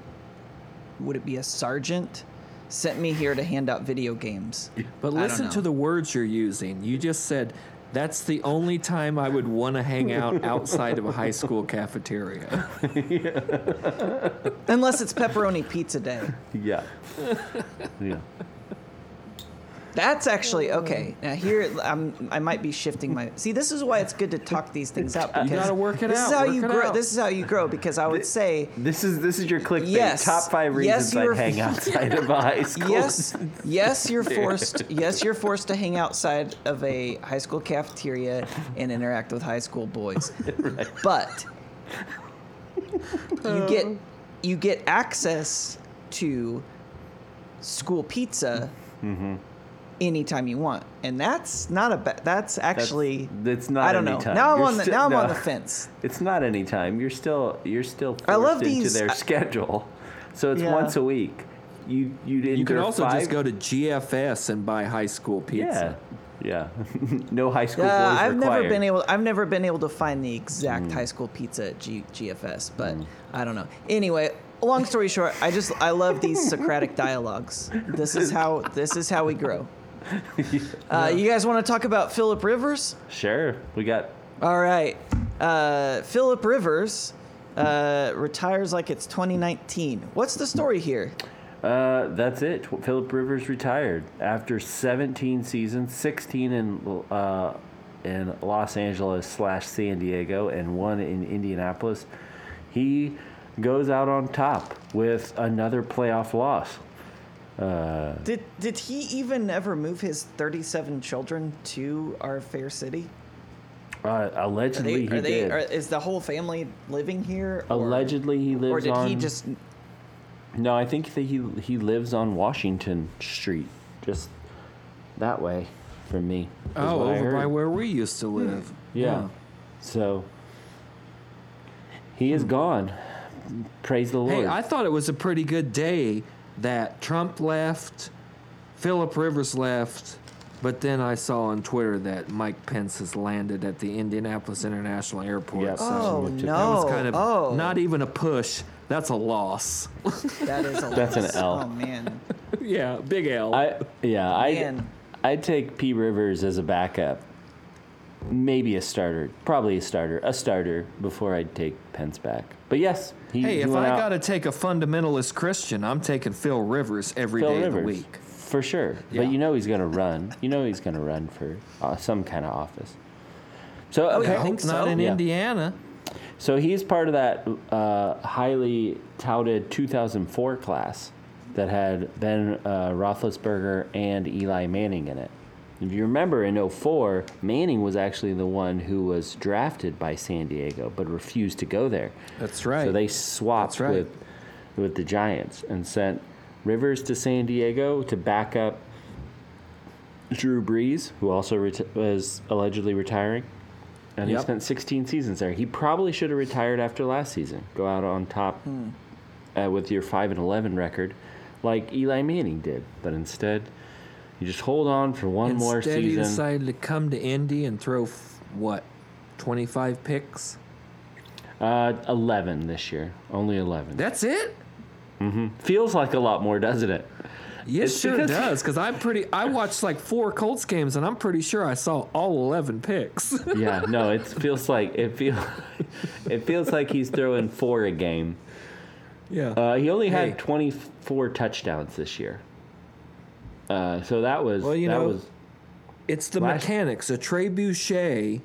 C: would it be a sergeant sent me here to hand out video games.
B: But
C: don't
B: listen
C: know.
B: to the words you're using. You just said That's the only time I would want to hang
C: <laughs>
B: out outside of a high school cafeteria.
C: Unless it's pepperoni pizza
B: <laughs>
C: day. <laughs>
A: Yeah. yeah.
C: That's actually okay. Now here, I'm, I might be shifting my. See, this is why it's good to talk these things out. Because
B: gotta work it
C: this
B: out,
C: Is how
B: work
C: you
B: it
C: grow.
B: out.
C: This is how you grow. Because I would say
A: This is this is your clickbait.
C: Yes.
A: Top five
C: Yes,
A: reasons
C: you're-
A: I'd
C: <laughs>
A: hang outside of a high school.
C: yes, yes,
A: <laughs>
C: you're forced. Yes, you're forced to hang outside of a high school cafeteria and interact with high
A: <laughs>
C: school boys. But you get you get access to school pizza
A: Mm-hmm.
C: anytime you want, and that's not a ba- that's actually
A: that's not
C: I don't know.
A: anytime.
C: Now I'm
A: You're
C: on the
A: still-
C: now I'm
A: no.
C: on the fence.
A: It's not any time. You're still you're still forced
C: I love
A: into
C: these-
A: their
C: I-
A: schedule. So it's
C: Yeah.
A: once a week. You you
B: You could also just go to GFS and buy high school
A: Yeah.
B: pizza.
A: Yeah. <laughs> no high school
C: Yeah,
A: boys
C: Uh,
A: required.
C: I've
A: Mm.
C: never been able. I've never been able to find the exact high school pizza at G, GFS, but I don't know. Anyway, long story short, I just I love
A: <laughs>
C: these Socratic dialogues. This is how this is how
A: <laughs>
C: we grow. Uh, you guys want to talk about Philip Rivers?
A: Sure. We got
C: All right, uh, Philip Rivers uh, retires like it's 2019. What's the story here?
A: Uh, that's it. Philip Rivers retired after 17 seasons, 16 in uh, in Los Angeles slash San Diego, and one in Indianapolis. He goes out on top with another playoff loss.
C: Did did he even ever move his 37 children to our fair city?
A: Uh, allegedly,
C: They, are
A: he
C: they?
A: did.
C: Are, is the whole family living here? or-
A: allegedly, he lives
C: or did
A: on.
C: he just?
A: No, I think that he he lives on Washington Street, just that way from me. is
B: Oh,
A: what I
B: over by
A: heard.
B: where we used to live.
A: Yeah. So he is gone. Praise the Lord.
B: Hmm. Hey, I thought it was a pretty good day that Trump left, Philip Rivers left, but then I saw on Twitter that Mike Pence has landed at the Indianapolis International Airport.
A: Yep.
B: So
C: Oh
A: That was
C: no!
B: that was kind of
C: oh,
B: not even a push. That's a loss.
C: that is a
A: That's an
C: loss.
A: L.
C: Oh man,
B: <laughs> yeah, big L.
A: I yeah, I
C: Man.
A: I take P Rivers as a backup. Maybe a starter, probably a starter, a starter before I'd take Pence back. But yes, he,
B: hey,
A: he
B: if
A: went
B: I
A: out.
B: got to take a fundamentalist Christian, I'm taking Phil Rivers every day
A: Phil
B: of the
A: Rivers
B: week.
A: for sure.
B: Yeah.
A: But you know he's gonna run. You know he's gonna run for uh, some kind of office. So
B: Oh,
C: yeah.
A: okay.
C: I think
B: not
C: so.
B: in
A: Yeah.
B: Indiana.
A: So he's part of that uh, highly touted 2004 class that had Ben uh, Roethlisberger and Eli Manning in it. If you remember, in 04, Manning was actually the one who was drafted by San Diego but refused to go there.
B: That's right.
A: So they swapped
B: That's right.
A: with with the Giants and sent Rivers to San Diego to back up Drew Brees, who also reti- was allegedly retiring. And he
B: Yep.
A: spent 16 seasons there. He probably should have retired after last season. Go out on top
B: Hmm.
A: uh, with your 5 and 11 record like Eli Manning did. But instead, you just hold on for one more
B: Instead, he
A: season.
B: decided to come to Indy and throw f- what, 25 picks?
A: uh, 11 this year. Only 11.
B: That's it.
A: Feels like a lot more, doesn't
B: <laughs>
A: it?
B: Yeah,
A: It's
B: sure
A: because-
B: does. Because I'm pretty. I watched like four Colts games, and I'm pretty sure I saw all 11 picks. <laughs>
A: yeah, no, it feels like it feel, <laughs> it feels like he's throwing four a game.
B: yeah.
A: Uh, he only
B: Hey.
A: had 24 touchdowns this year. Uh, so that was
B: Well, you
A: that
B: know-
A: was
B: it's the
A: last- Mm-hmm.
B: mechanics. A Trey Boucher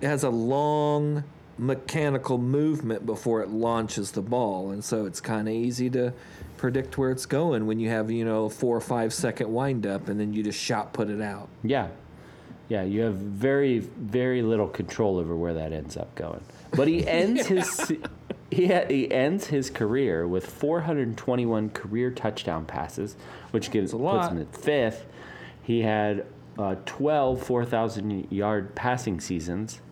B: has a long mechanical movement before it launches the ball, and so it's kind of easy to predict where it's going when you have you know a four or five second windup, and then you just shot put it out.
A: yeah, yeah. You have very very little control over where that ends up going. But he
B: <laughs>
A: ends his se- he ha- he ends his career with 421 career touchdown passes, which gives puts
B: lot.
A: him at fifth. He had uh, 12 4,000 yard passing seasons.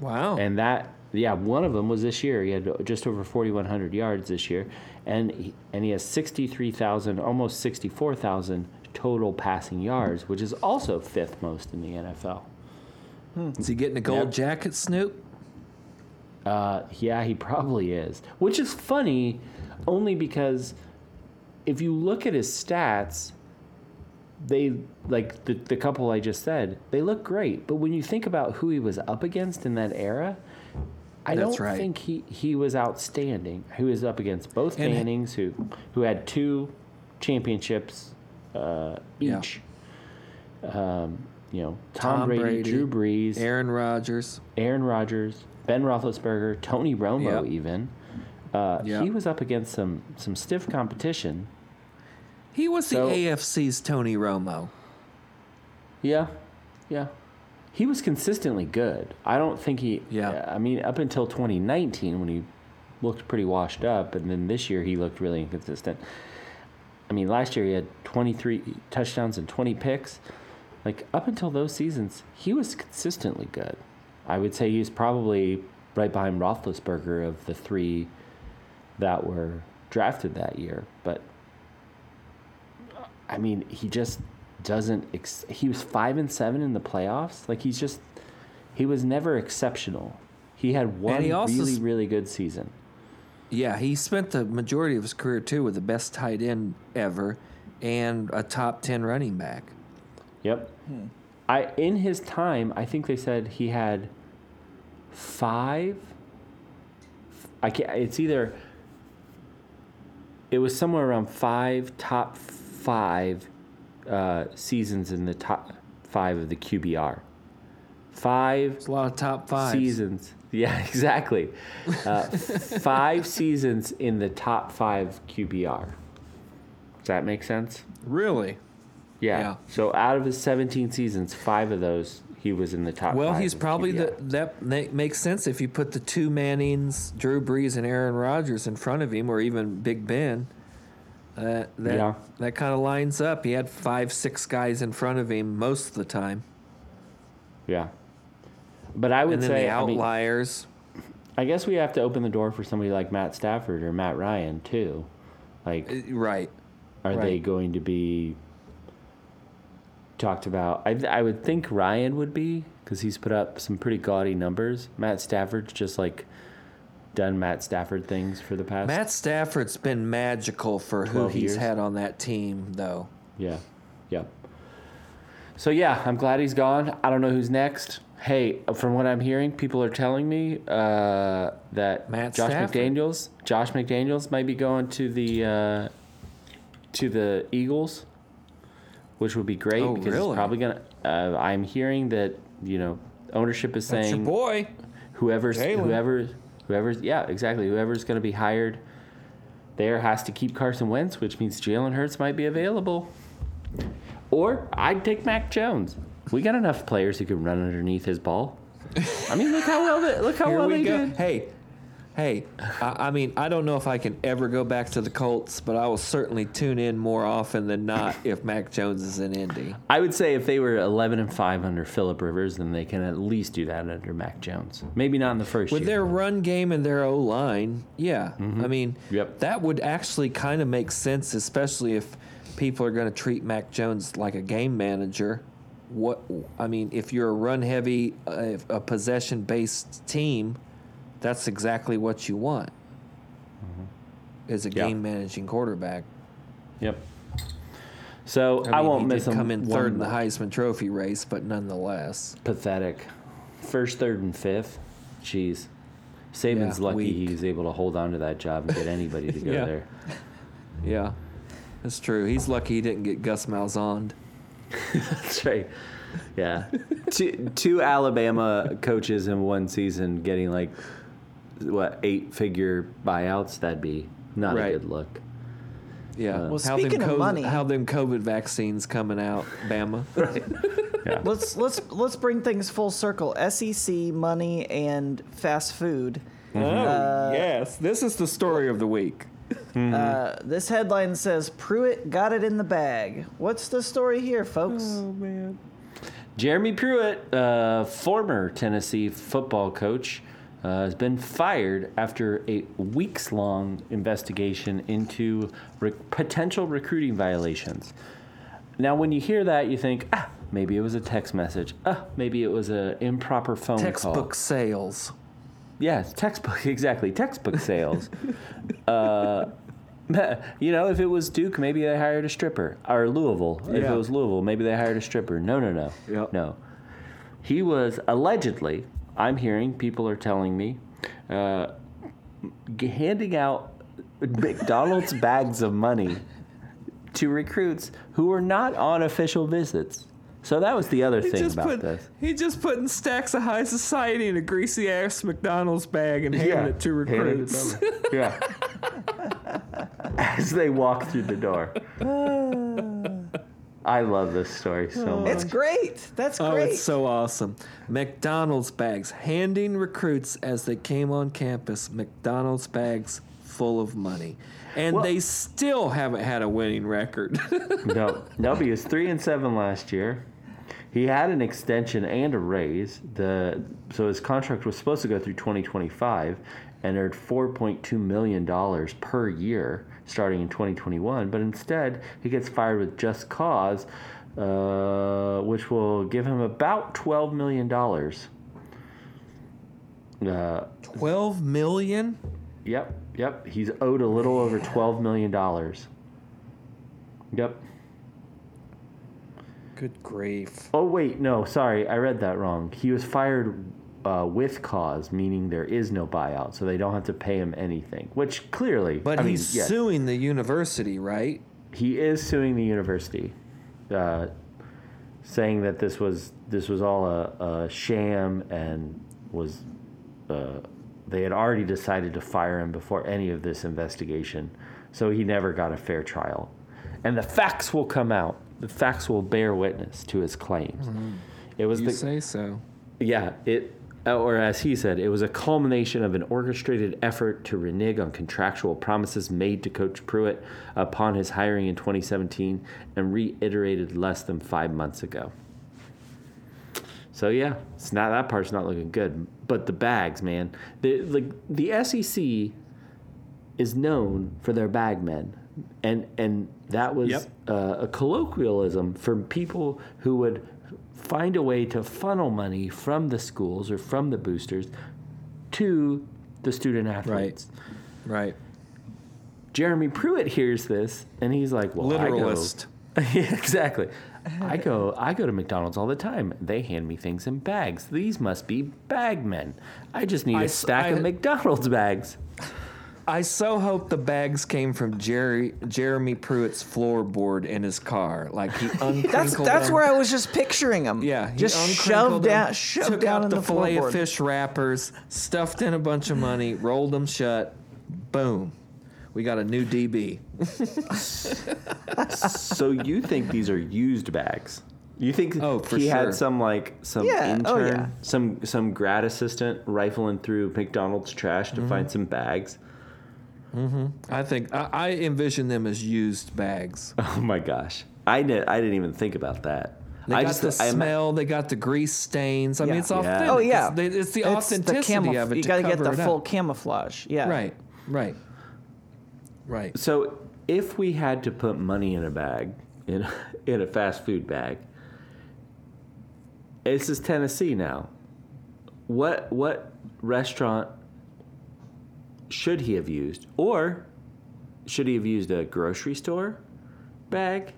B: Wow.
A: And that, yeah, one of them was this year. He had just over 4,100 yards this year, and he, and he has 63,000, almost 64,000 total passing yards, which is also fifth most in the NFL.
B: Is he getting a gold
A: Yep.
B: jacket, Snoop?
A: Uh, yeah, he probably is, which is funny, only because if you look at his stats, they like the, the couple I just said, they look great. But when you think about who he was up against in that era, I
B: That's
A: don't
B: right.
A: think he, he was outstanding. He was up against both
B: And-
A: Mannings, who who had two championships uh,
B: Yeah.
A: each. Um, you know, Tom,
B: Tom
A: Brady,
B: Brady,
A: Drew Brees, Aaron,
B: Aaron Rodgers.
A: Rodgers, Ben Roethlisberger, Tony Romo,
B: Yeah.
A: even. Uh,
B: Yeah.
A: He was up against some some stiff competition.
B: He was
A: So-
B: the AFC's Tony Romo.
A: Yeah, yeah. He was consistently good. I don't think he.
B: Yeah.
A: I mean, up until 2019 when he looked pretty washed up, and then this year he looked really inconsistent. I mean, last year he had 23 touchdowns and 20 picks. Like up until those seasons, he was consistently good. I would say he's probably right behind Roethlisberger of the three that were drafted that year, but I mean, he just doesn't. Ex- he was five and seven in the playoffs. Like he's just, he was never exceptional. He had one
B: he also
A: really,
B: s-
A: really good season.
B: Yeah, he spent the majority of his career too with the best tight end ever and a top 10 running back.
A: Yep. I in his time, I think they said he had five. I can't. It's either. It was somewhere around five top five uh, seasons in the top five of the QBR. Five
B: It's a lot of top 5.
A: seasons. <laughs> Yeah, exactly. Uh, five seasons in the top five QBR. Does that make sense?
B: Really?
A: Yeah.
B: Yeah.
A: So out of his 17 seasons, five of those he was in the top.
B: Well,
A: five
B: he's
A: of
B: probably the
A: QBR.
B: that ma- makes sense if you put the two Mannings, Drew Brees, and Aaron Rodgers in front of him, or even Big Ben. Uh, that
A: Yeah.
B: that kind of lines up. He had five, six guys in front of him most of the time,
A: yeah. But I would
B: and then
A: say
B: the
A: I, mean,
B: outliers.
A: I guess we have to open the door for somebody like Matt Stafford or Matt Ryan too. Like,
B: Uh, right?
A: are they
B: right.
A: going to be talked about? I I would think Ryan would be because he's put up some pretty gaudy numbers. Matt Stafford's just like done Matt Stafford things for the past.
B: Matt Stafford's been magical for who
A: 12
B: he's
A: years.
B: had on that team, though.
A: Yeah. Yeah. So yeah, I'm glad he's gone. I don't know who's next. Hey, from what I'm hearing, people are telling me uh, that
B: Matt
A: Josh
B: Stafford.
A: McDaniels, Josh McDaniels might be going to the uh, to the Eagles, which would be great
B: Oh,
A: because
B: really?
A: it's probably gonna. Uh, I'm hearing that you know ownership is
B: That's your
A: saying
B: boy.
A: whoever's
B: Jalen.
A: whoever whoever's yeah exactly whoever's going to be hired there has to keep Carson Wentz, which means Jalen Hurts might be available. Or I'd take Mac Jones. We got enough players who can run underneath his ball. I mean, look how well they, look how
B: Here
A: Oh, well
B: we
A: they
B: go.
A: did.
B: Hey, hey. I, I mean, I don't know if I can ever go back to the Colts, but I will certainly tune in more often
A: <laughs>
B: than not if Mac Jones is in Indy.
A: I would say if they were 11 and 5 under Philip Rivers, then they can at least do that under Mac Jones. Maybe not in the first
B: With
A: year.
B: their run game and their O line, yeah. I mean,
A: Mm-hmm. Yep.
B: that would actually kind of make sense, especially if people are going to treat Mac Jones like a game manager. What I mean, if you're a run heavy, uh, a possession based team, that's exactly what you want. Is a
A: Mm-hmm. Yeah.
B: game managing quarterback.
A: Yep. So I,
B: I, mean,
A: won't
B: he
A: miss
B: did
A: him.
B: come in
A: one
B: third in the
A: more.
B: Heisman Trophy race, but nonetheless,
A: pathetic. First, third, and fifth. Jeez. Saban's
B: Yeah,
A: lucky
B: weak.
A: he's able to hold on to that job and get anybody to go
B: Yeah.
A: there.
B: yeah, that's true. He's lucky he didn't get Gus Malzahn.
A: That's right. Yeah. two, two Alabama coaches in one season getting like, what, eight figure buyouts? That'd be not
B: Right.
A: a good look.
B: Yeah.
A: Well,
C: speaking of
B: COVID,
C: money-
B: how them COVID vaccines coming out, Bama?
A: Yeah.
C: Let's let's let's bring things full circle. SEC money and fast food.
B: <laughs> Oh yes, this is the story of the week.
C: Uh,
A: Mm-hmm.
C: this headline says Pruitt got it in the bag. What's the story here, folks?
B: Oh, man.
A: Jeremy Pruitt, uh, former Tennessee football coach, uh, has been fired after a weeks long investigation into rec- potential recruiting violations. Now, when you hear that, you think, ah, maybe it was a text message. Ah, maybe it was an improper phone call.
B: Textbook sales.
A: <laughs> Yes, textbook exactly. Textbook sales. uh, <laughs> you know, if it was Duke, maybe they hired a stripper. Or Louisville. If
B: Yeah.
A: it was Louisville, maybe they hired a stripper. No, no, no.
B: Yep.
A: No. He was allegedly, I'm hearing, people are telling me, uh, g- handing out
B: <laughs>
A: McDonald's bags of money to recruits who were not on official visits. So that was the other
B: He
A: thing
B: just
A: about
B: put
A: this.
B: he just putting stacks of high society in a greasy ass McDonald's bag and handing it to
A: Handed it
B: <laughs> recruits.
A: over. yeah.
B: <laughs>
A: As they walk through the door. I love this story so much.
C: It's great. That's
B: Oh,
C: great.
B: it's so awesome. McDonald's bags, handing recruits as they came on campus, McDonald's bags full of money. And
A: Well-
B: they still haven't had a winning record. <laughs>
A: no, no, he was three and seven last year. He had an extension and a raise. The so his contract was supposed to go through 2025 and earned 4.2 million dollars per year starting in 2021. But instead, he gets fired with just cause, uh, which will give him about 12 million dollars. Uh,
B: 12 million?
A: Yep, yep. He's owed a little over twelve million dollars. Yep.
B: Good grief.
A: Oh wait, no, sorry, I read that wrong. He was fired uh, with cause, meaning there is no buyout, so they don't have to pay him anything. Which clearly,
B: But
A: I mean,
B: he's
A: yes,
B: suing the university, right?
A: he is suing the university, uh, saying that this was this was all a, a sham and was uh, they had already decided to fire him before any of this investigation, so he never got a fair trial, and the facts will come out. The facts will bear witness to his claims. It was
B: Mm-hmm. You
A: the
B: say so.
A: yeah, it, or as he said, it was a culmination of an orchestrated effort to renege on contractual promises made to Coach Pruitt upon his hiring in 2017 and reiterated less than five months ago. So yeah, it's not that part's not looking good, but the bags, man. The like the SEC is known for their bag men, and and that was
B: Yep.
A: uh, a colloquialism for people who would find a way to funnel money from the schools or from the boosters to the student athletes.
B: Right.
A: Jeremy Pruitt hears this and he's like, "Well, I go-
B: Literalist.
A: <laughs> yeah, exactly. I go I go to McDonald's all the time. They hand me things in bags. These must be bag men. I just need a
B: I s-
A: stack
B: I-
A: of McDonald's bags.
B: I so hope the bags came from Jerry Jeremy Pruitt's floorboard in his car. Like <laughs> he uncrinkled
C: that's that's
B: them.
C: where I was just picturing him.
B: Yeah, he
C: just
B: uncrinkled
C: shoved
B: them,
C: down, shoved
B: took
C: down
B: out
C: in
B: the,
C: the,
B: fillet
C: floorboard.
B: of fish wrappers, stuffed in a bunch of money, rolled them shut. Boom, we got a new DB.
A: <laughs> so you think these are used bags? You think
B: Oh, for
A: he
B: sure.
A: had some like some
C: Yeah,
A: intern,
C: oh, yeah.
A: some some grad assistant rifling through McDonald's trash to
B: Mm-hmm.
A: find some bags?
B: I think I, I envision them as used bags.
A: Oh my gosh, I did, I didn't even think about that.
B: They
A: I
B: got
A: just
B: the
A: I, ima-
B: smell. They got the grease stains. I mean,
C: Yeah.
B: it's
C: Yeah.
B: authentic.
C: Oh yeah,
B: it's, the- it's the
C: It's
B: authenticity
C: camouf-
B: of it.
C: You
B: to
C: gotta get
B: cover
C: the
B: it
C: full
B: up.
C: camouflage. Yeah,
B: Right, right, right.
A: So if we had to put money in a bag, in <laughs> in a fast food bag, this is Tennessee now. What what restaurant should he have used, or should he have used a grocery store bag,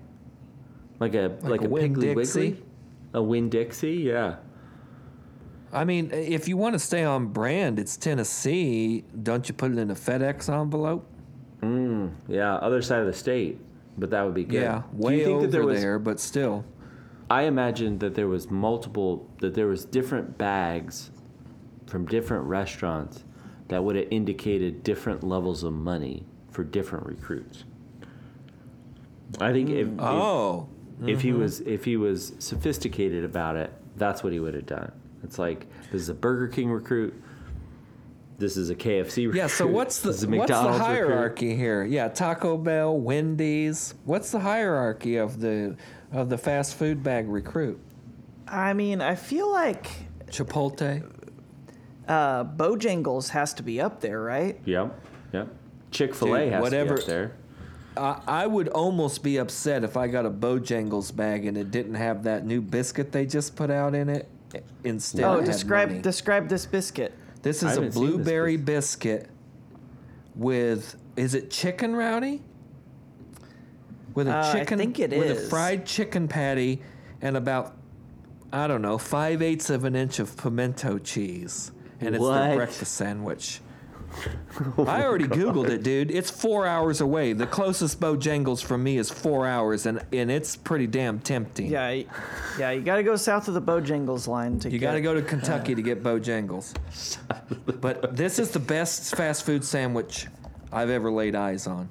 A: like a like,
B: a
A: a, Piggly
B: Winn-Dixie?
A: Wiggly, a Winn Dixie? Yeah,
B: I mean, if you want to stay on brand, it's Tennessee. Don't you put it in a FedEx envelope?
A: yeah, other side of the state, but that would be good.
B: Yeah,
A: Do you
B: way
A: think
B: over
A: that there was-
B: there, but still.
A: I imagined that there was multiple that there was different bags from different restaurants that would have indicated different levels of money for different recruits. I think if if,
B: Oh,
A: if he was if he was sophisticated about it, that's what he would have done. It's like this is a Burger King recruit. This is a KFC recruit.
B: Yeah, so what's the
A: this is a
B: what's the
A: McDonald's recruit.
B: hierarchy here? Yeah, Taco Bell, Wendy's. What's the hierarchy of the of the fast food bag recruit?
C: I mean, I feel like
B: Chipotle.
C: uh, Bojangles has to be up there, right?
A: Yep, yep. Chick Fil A
B: Dude,
A: has to
B: whatever-
A: be up there.
B: I, I would almost be upset if I got a Bojangles bag and it didn't have that new biscuit they just put out in it. Instead,
C: Oh,
B: it had
C: describe
B: money.
C: describe this biscuit.
B: This
A: I
B: is a
A: haven't seen this
B: blueberry biscuit with is it chicken rowdy? With a
C: Uh, I
B: chicken,
C: think it
B: with
C: is.
B: a fried chicken patty and about I don't know five eighths of an inch of pimento cheese, and it's
A: What?
B: their breakfast
C: <laughs>
B: sandwich.
C: Oh
B: I already googled it, dude. It's four hours away. The closest Bojangles from me is four hours, and and it's pretty damn tempting.
C: Yeah, y- yeah, you got to go south of the Bojangles line to
B: You
C: get
B: got to go to Kentucky to get
A: <laughs>
B: Bojangles. But this is the best fast food sandwich I've ever laid eyes on.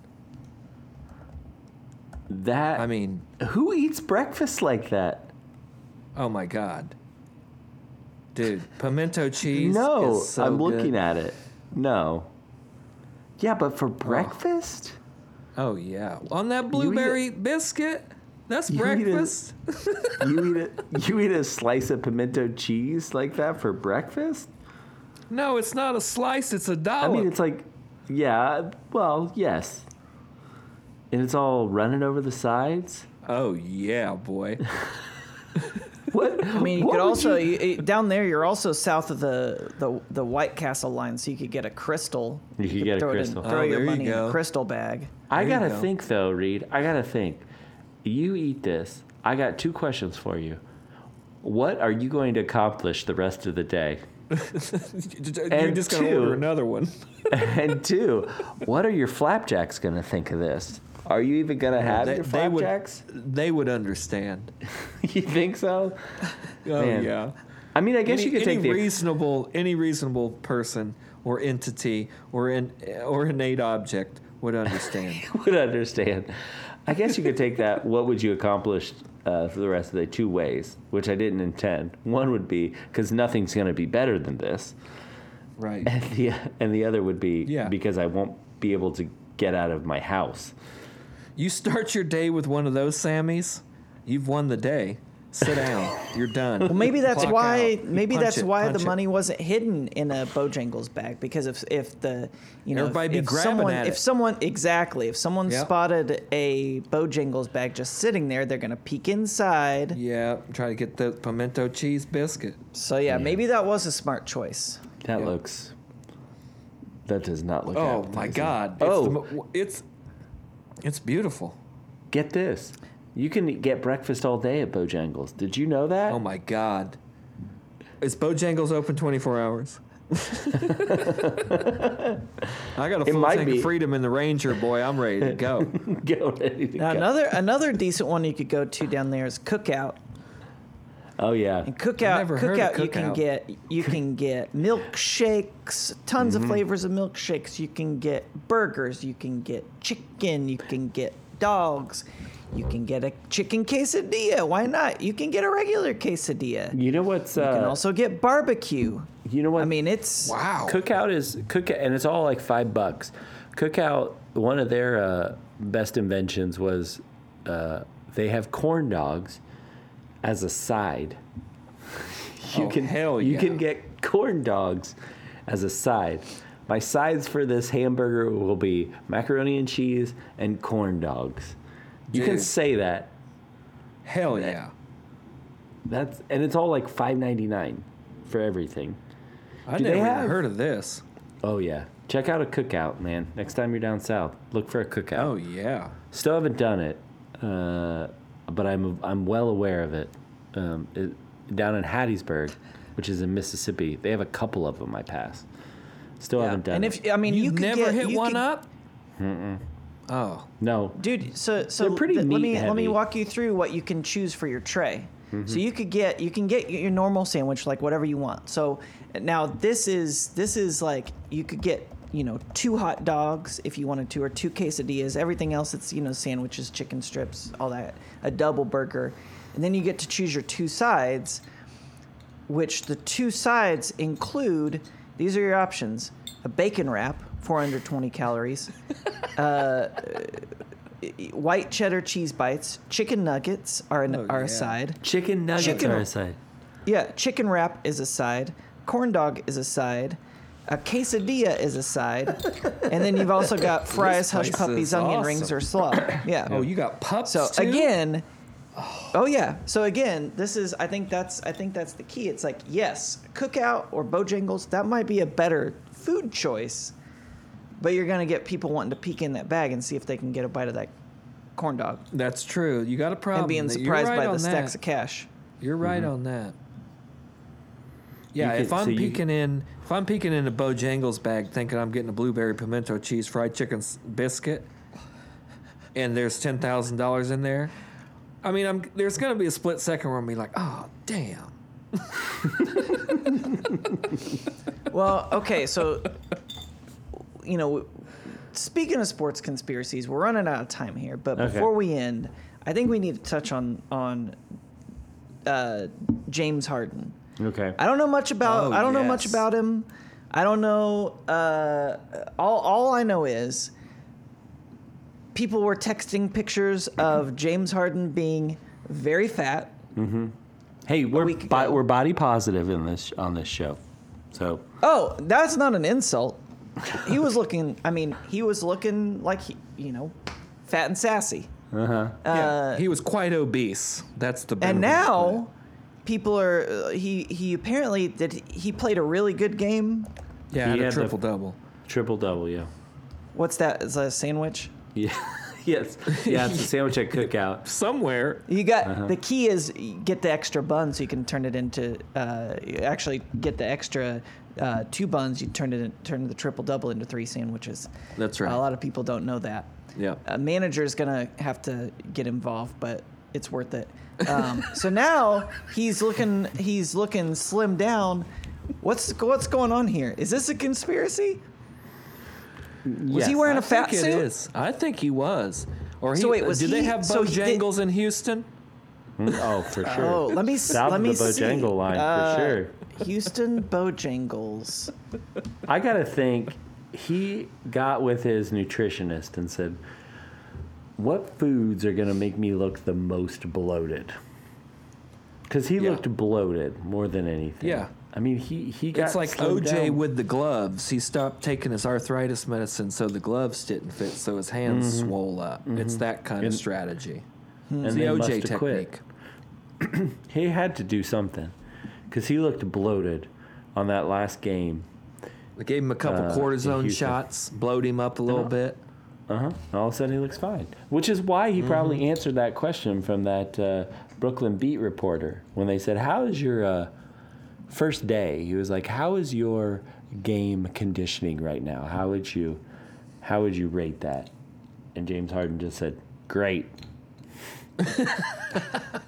A: That
B: I mean,
A: who eats breakfast like that?
B: oh my God. Dude, pimento cheese.
A: no,
B: is so
A: I'm looking
B: good.
A: at it. No. Yeah, but for breakfast?
B: Oh, yeah. On that blueberry biscuit? That's
A: You eat it-
B: breakfast?
A: you eat a, <laughs> you eat a slice of pimento cheese like that for <laughs> breakfast?
B: No, it's not a slice, it's a
A: I
B: dollar.
A: mean, it's like, yeah, well, yes. And it's all running over the sides.
B: oh,
A: <laughs>
B: yeah, boy. <laughs>
A: What?
C: <laughs> I mean, you could also you, you- down there. You're also south of the, the the White Castle line, so you could get a crystal.
A: You could get a
C: throw it in-
A: crystal.
C: throw
B: Oh,
C: your
B: there you
C: money in
B: go.
C: a crystal bag.
A: I
B: There you
A: gotta
B: go.
A: think though, Reed. I gotta think. You eat this. I got two questions for you. What are you going to accomplish the rest of the day?
B: You're
A: And
B: just going to
A: two-
B: order another one.
A: and two, what are your flapjacks gonna think of this? Are you even gonna have your flapjacks? <laughs>
B: would, they would understand.
A: you think so?
B: Oh,
A: Man.
B: yeah.
A: I mean, I guess
B: any,
A: you could
B: any
A: take the <laughs>
B: reasonable any reasonable person or entity or in or innate object would understand.
C: <laughs>
A: would understand. I guess you could take that. What would you accomplish uh, for the rest of the day? Two ways, which I didn't intend. One would be because nothing's going to be better than this,
B: right.
A: and the and the other would be
B: Yeah.
A: because I won't be able to get out of my house.
B: You start your day with one of those Sammys, you've won the day. Sit down. You're done.
C: Well, maybe that's
B: Clock
C: why.
B: out. You
C: Maybe
B: punch
C: that's
B: it,
C: why the
B: punch it.
C: money wasn't hidden in a Bojangles bag because if if the you know if-
B: Everybody be
C: if,
B: grabbing
C: someone
B: at
C: if
B: it.
C: someone exactly if someone
B: Yep.
C: spotted a Bojangles bag just sitting there, they're gonna peek inside.
B: Yeah, try to get the pimento cheese biscuit.
C: So yeah, maybe that was a smart choice.
A: That
B: Yeah.
A: looks. That does not look.
B: Oh my
A: appetizing.
B: god. It's
A: Oh,
B: the mo- it's it's beautiful.
A: get this! You can get breakfast all day at Bojangles. Did you know that?
B: Oh my god. Is Bojangles open
A: <laughs>
B: 24 hours? I got a
A: It
B: full
A: might
B: tank
A: be.
B: of freedom in the Ranger, boy. I'm ready
A: <laughs>
B: to go.
A: Go ready to
C: Now,
A: go.
C: another another decent one you could go to down there is Cookout.
A: Oh yeah.
C: And cookout,
B: never heard
C: cookout,
B: of
C: you can
B: Cookout.
C: get you can get milkshakes, tons
B: Mm-hmm.
C: of flavors of milkshakes. You can get burgers, you can get chicken, you can get dogs, you can get a chicken quesadilla. Why not? You can get a regular quesadilla. You
A: You know what's? Uh,
C: can also get barbecue.
A: you know what?
C: I mean, it's
B: Wow.
A: Cookout is cook, and it's all like five bucks. Cookout, one of their uh, best inventions was uh, they have corn dogs as a side. <laughs> you
B: Oh,
A: can
B: hell
A: you
B: yeah.
A: can get corn dogs as a side. My sides for this hamburger will be macaroni and cheese and corn dogs. You can
B: Dude.
A: say that.
B: Hell yeah.
A: That's and it's all like five ninety nine for everything.
B: I
A: Do they
B: never even
A: have-
B: heard of this.
A: Oh yeah. Check out a cookout, man. Next time you're down south, look for a cookout.
B: Oh yeah.
A: Still haven't done it, uh, but I'm I'm well aware of it. Um, it. Down in Hattiesburg, which is in Mississippi, they have a couple of them I pass. Still
C: yeah.
A: haven't done
C: And
A: it.
C: if I mean,
B: You've
C: you could
B: never
C: get-
B: hit
C: you
B: one
C: could-
B: up? Mm-mm. Oh.
A: no,
C: dude. So so
A: They're pretty
C: th- let
A: meat
C: me let me
A: heavy.
C: walk you through what you can choose for your tray.
A: Mm-hmm.
C: So you could get you can get your normal sandwich like whatever you want. So now this is this is like you could get you know two hot dogs if you wanted to or two quesadillas. Everything else it's you know sandwiches, chicken strips, all that. A double burger, and then you get to choose your two sides which the two sides include these are your options a bacon wrap 420 calories uh, white cheddar cheese bites chicken nuggets are, an,
B: Oh,
C: are
B: yeah.
C: a side
A: chicken nuggets
C: Chicken-
A: are a side.
C: yeah chicken wrap is a side corn dog is a side a quesadilla is a side and then you've
B: <laughs>
C: also got fries hush
B: place
C: puppies
B: is
C: onion
B: awesome.
C: rings or slaw yeah
B: Oh, you got pups
C: so
B: too?
C: again, oh yeah. So again, this is I think that's I think that's the key. It's like yes, cookout or Bojangles that might be a better food choice, But you're gonna get people wanting to peek in that bag and see if they can get a bite of that corn dog
B: That's true. You got a problem.
C: and being
B: there. Um, You're
C: surprised
B: right
C: by the
B: on
C: stacks
B: that.
C: of cash.
B: You're right on that. Yeah,
A: You
B: if
A: can-
B: I'm
A: so you-
B: peeking in, if I'm peeking in a Bojangles bag, thinking I'm getting a blueberry pimento cheese fried chicken s- biscuit, and there's ten thousand dollars in there, I mean, I'm there's gonna be a split second where I'm be like, oh damn,
C: Well, okay, so <laughs> you know, speaking of sports conspiracies, we're running out of time here. But
A: Okay.
C: before we end, I think we need to touch on on uh, James Harden.
A: Okay.
C: I don't know much about.
B: Oh,
C: I don't know much
B: yes.
C: about him. I don't know. Uh, all all I know is people were texting pictures of James Harden being very fat.
A: Hey, we're
C: week
A: bo-
C: ago.
A: we're body positive in this on this show, so
C: Oh, that's not an insult. He was looking. I mean, he was looking like he, you know, fat and sassy.
B: Uh-huh.
C: Uh,
B: yeah, he was quite obese. That's the better
C: And
B: way to put
C: now, people are. Uh, he he apparently did. He played a really good game.
B: it. yeah,
A: He
B: had a
A: had the-
B: triple double.
A: triple double, yeah.
C: What's that? Is that a sandwich?
A: Yeah. <laughs> yes. Yeah,
C: <laughs>
A: it's a sandwich at cookout.
B: Somewhere,
C: You got
B: Uh-huh.
C: the key is get the extra bun so you can turn it into uh, actually get the extra uh, two buns. You turn it in, turn the triple double into three sandwiches.
B: That's right.
C: A lot of people don't know that.
B: yeah,
C: A manager's gonna have to get involved, but it's worth it. Um, so now he's looking he's looking slim down. What's what's going on here? Is this a conspiracy? Was he wearing
B: I
C: a fat
B: think
C: suit?
B: It is. I think he was. Or he,
C: So wait, was
B: do they
C: he-
B: have
C: so he did-
B: Bojangles in Houston?
A: Oh, for sure.
C: Oh, let me s-
A: South
C: let
A: of
C: me
A: the Bojangle
C: see.
A: line,
C: Uh,
A: for sure.
C: Houston Bojangles.
A: I gotta think he got with his nutritionist and said, "What foods are gonna make me look the most bloated?" Because he
B: Yeah.
A: looked bloated more than anything.
B: Yeah.
A: I mean, he he got
B: It's like
A: slowed
B: OJ
A: down.
B: with the gloves. He stopped taking his arthritis medicine, so the gloves didn't fit, so his hands swole up. It's that kind of strategy.
A: Mm-hmm. and
B: It's the
A: they must
B: OJ
A: have
B: technique.
A: quit. He had to do something because he looked bloated on that last game.
B: They gave him a couple
A: Uh, in
B: cortisone
A: Houston.
B: shots, blowed him up a little bit.
A: Uh huh. All of a sudden, he looks fine, which is why he probably answered that question from that uh, Brooklyn Beat reporter when they said, "How is your uh, first day?" He was like, "How is your game conditioning right now? How would you, how would you rate that?" And James Harden just said, "Great."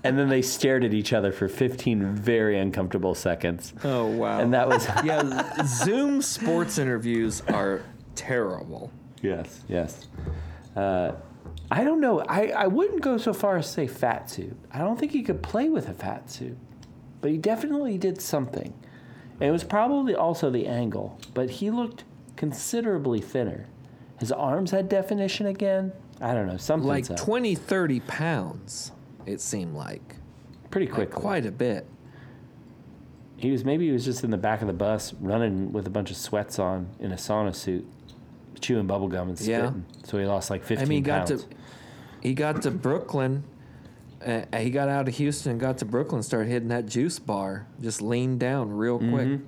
A: and then they stared at each other for 15 very uncomfortable seconds.
B: Oh, wow.
A: And that was
B: yeah, Zoom sports interviews are terrible.
A: Yes, yes. Uh, I don't know. I, I wouldn't go so far as to say fat suit. I don't think he could play with a fat suit, but he definitely did something. And it was probably also the angle, but he looked considerably thinner. His arms had definition again. I don't know. Something
B: Like
A: like
B: 20, 30 pounds, it seemed like.
A: pretty quick.
B: Quite a bit.
A: He was maybe he was just in the back of the bus running with a bunch of sweats on in a sauna suit, chewing bubble gum and
B: Yeah.
A: spitting. So he lost like 15
B: I mean, he got
A: pounds.
B: to he got to Brooklyn. Uh, he got out of Houston and got to Brooklyn. Started hitting that juice bar. Just leaned down real quick.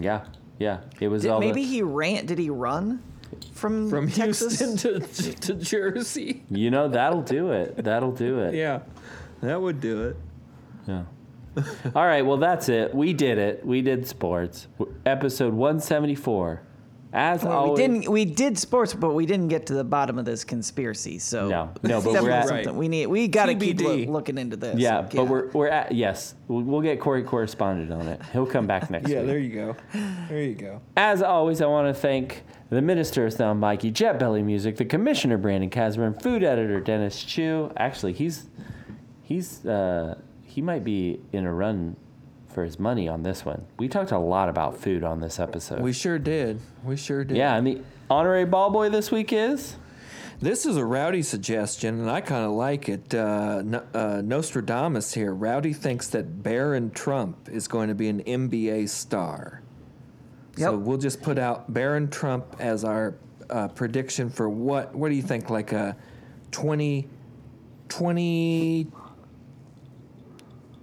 A: yeah, yeah. It was
C: Did,
A: all the-
C: maybe he ran. Did he run
A: <laughs>
C: from
B: From
C: Texas?
B: Houston to, to Jersey.
A: You know, that'll do it. That'll do it.
B: Yeah, that would do it.
A: Yeah. All right. Well, that's it. We did it. We did sports. W- Episode 174. As
C: <laughs> Well,
A: always.
C: we didn't. We did sports, but we didn't get to the bottom of this conspiracy. So
A: No, no, but
C: it's
A: we're at-
C: definitely something we need. We got to keep loo-
B: TBD.
C: looking into this.
A: Yeah, but we're we're at yes. We'll, we'll get Corey corresponded on it. He'll come back next
B: Yeah,
A: week.
B: there you go. There you go.
A: As always, I want to thank the Minister of Sound Mikey, Jet Belly Music, the Commissioner Brandon Casburn, Food Editor Dennis Chu. Actually, he's he's uh, he might be in a run for his money on this one. We talked a lot about food on this episode.
B: We sure did. We sure did.
A: Yeah, and the honorary ball boy this week is
B: This is a rowdy suggestion, and I kind of like it. Uh, N- uh, Nostradamus here. Rowdy thinks that Barron Trump is going to be an NBA star. So
C: Yep.
B: we'll just put out Barron Trump as our uh, prediction for what? What do you think? Like a 20, 20,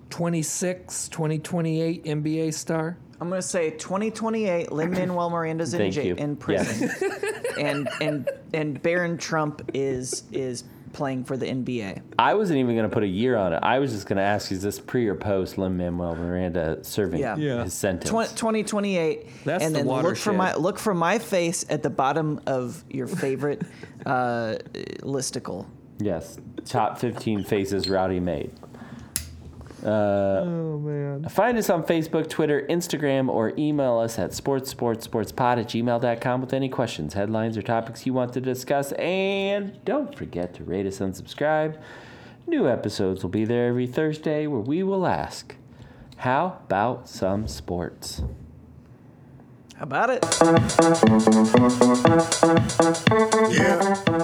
B: 26, 2028 NBA star?
C: I'm gonna say 2028.
A: <clears throat>
C: Lin Manuel Miranda's in
A: Thank
C: ja-
A: you.
C: in prison, <laughs> and and and Barron Trump is is playing for the NBA.
A: I wasn't even going to put a year on it. I was just going to ask, is this pre or post Lin Manuel Miranda serving
C: Yeah.
B: Yeah.
A: his sentence?
C: 20, 2028
B: That's
C: and
B: the
C: then look for
B: watershed.
C: my look for my face at the bottom of your
A: <laughs>
C: favorite uh, listicle
A: Yes. Top 15 faces Rowdy made. Uh,
B: Oh, man.
A: Find us on Facebook, Twitter, Instagram, or email us at sportsportsportspod at gmail.com with any questions, headlines, or topics you want to discuss. And don't forget to rate us and subscribe. New episodes will be there every Thursday where we will ask, How about some sports?
C: how about it
D: Yeah.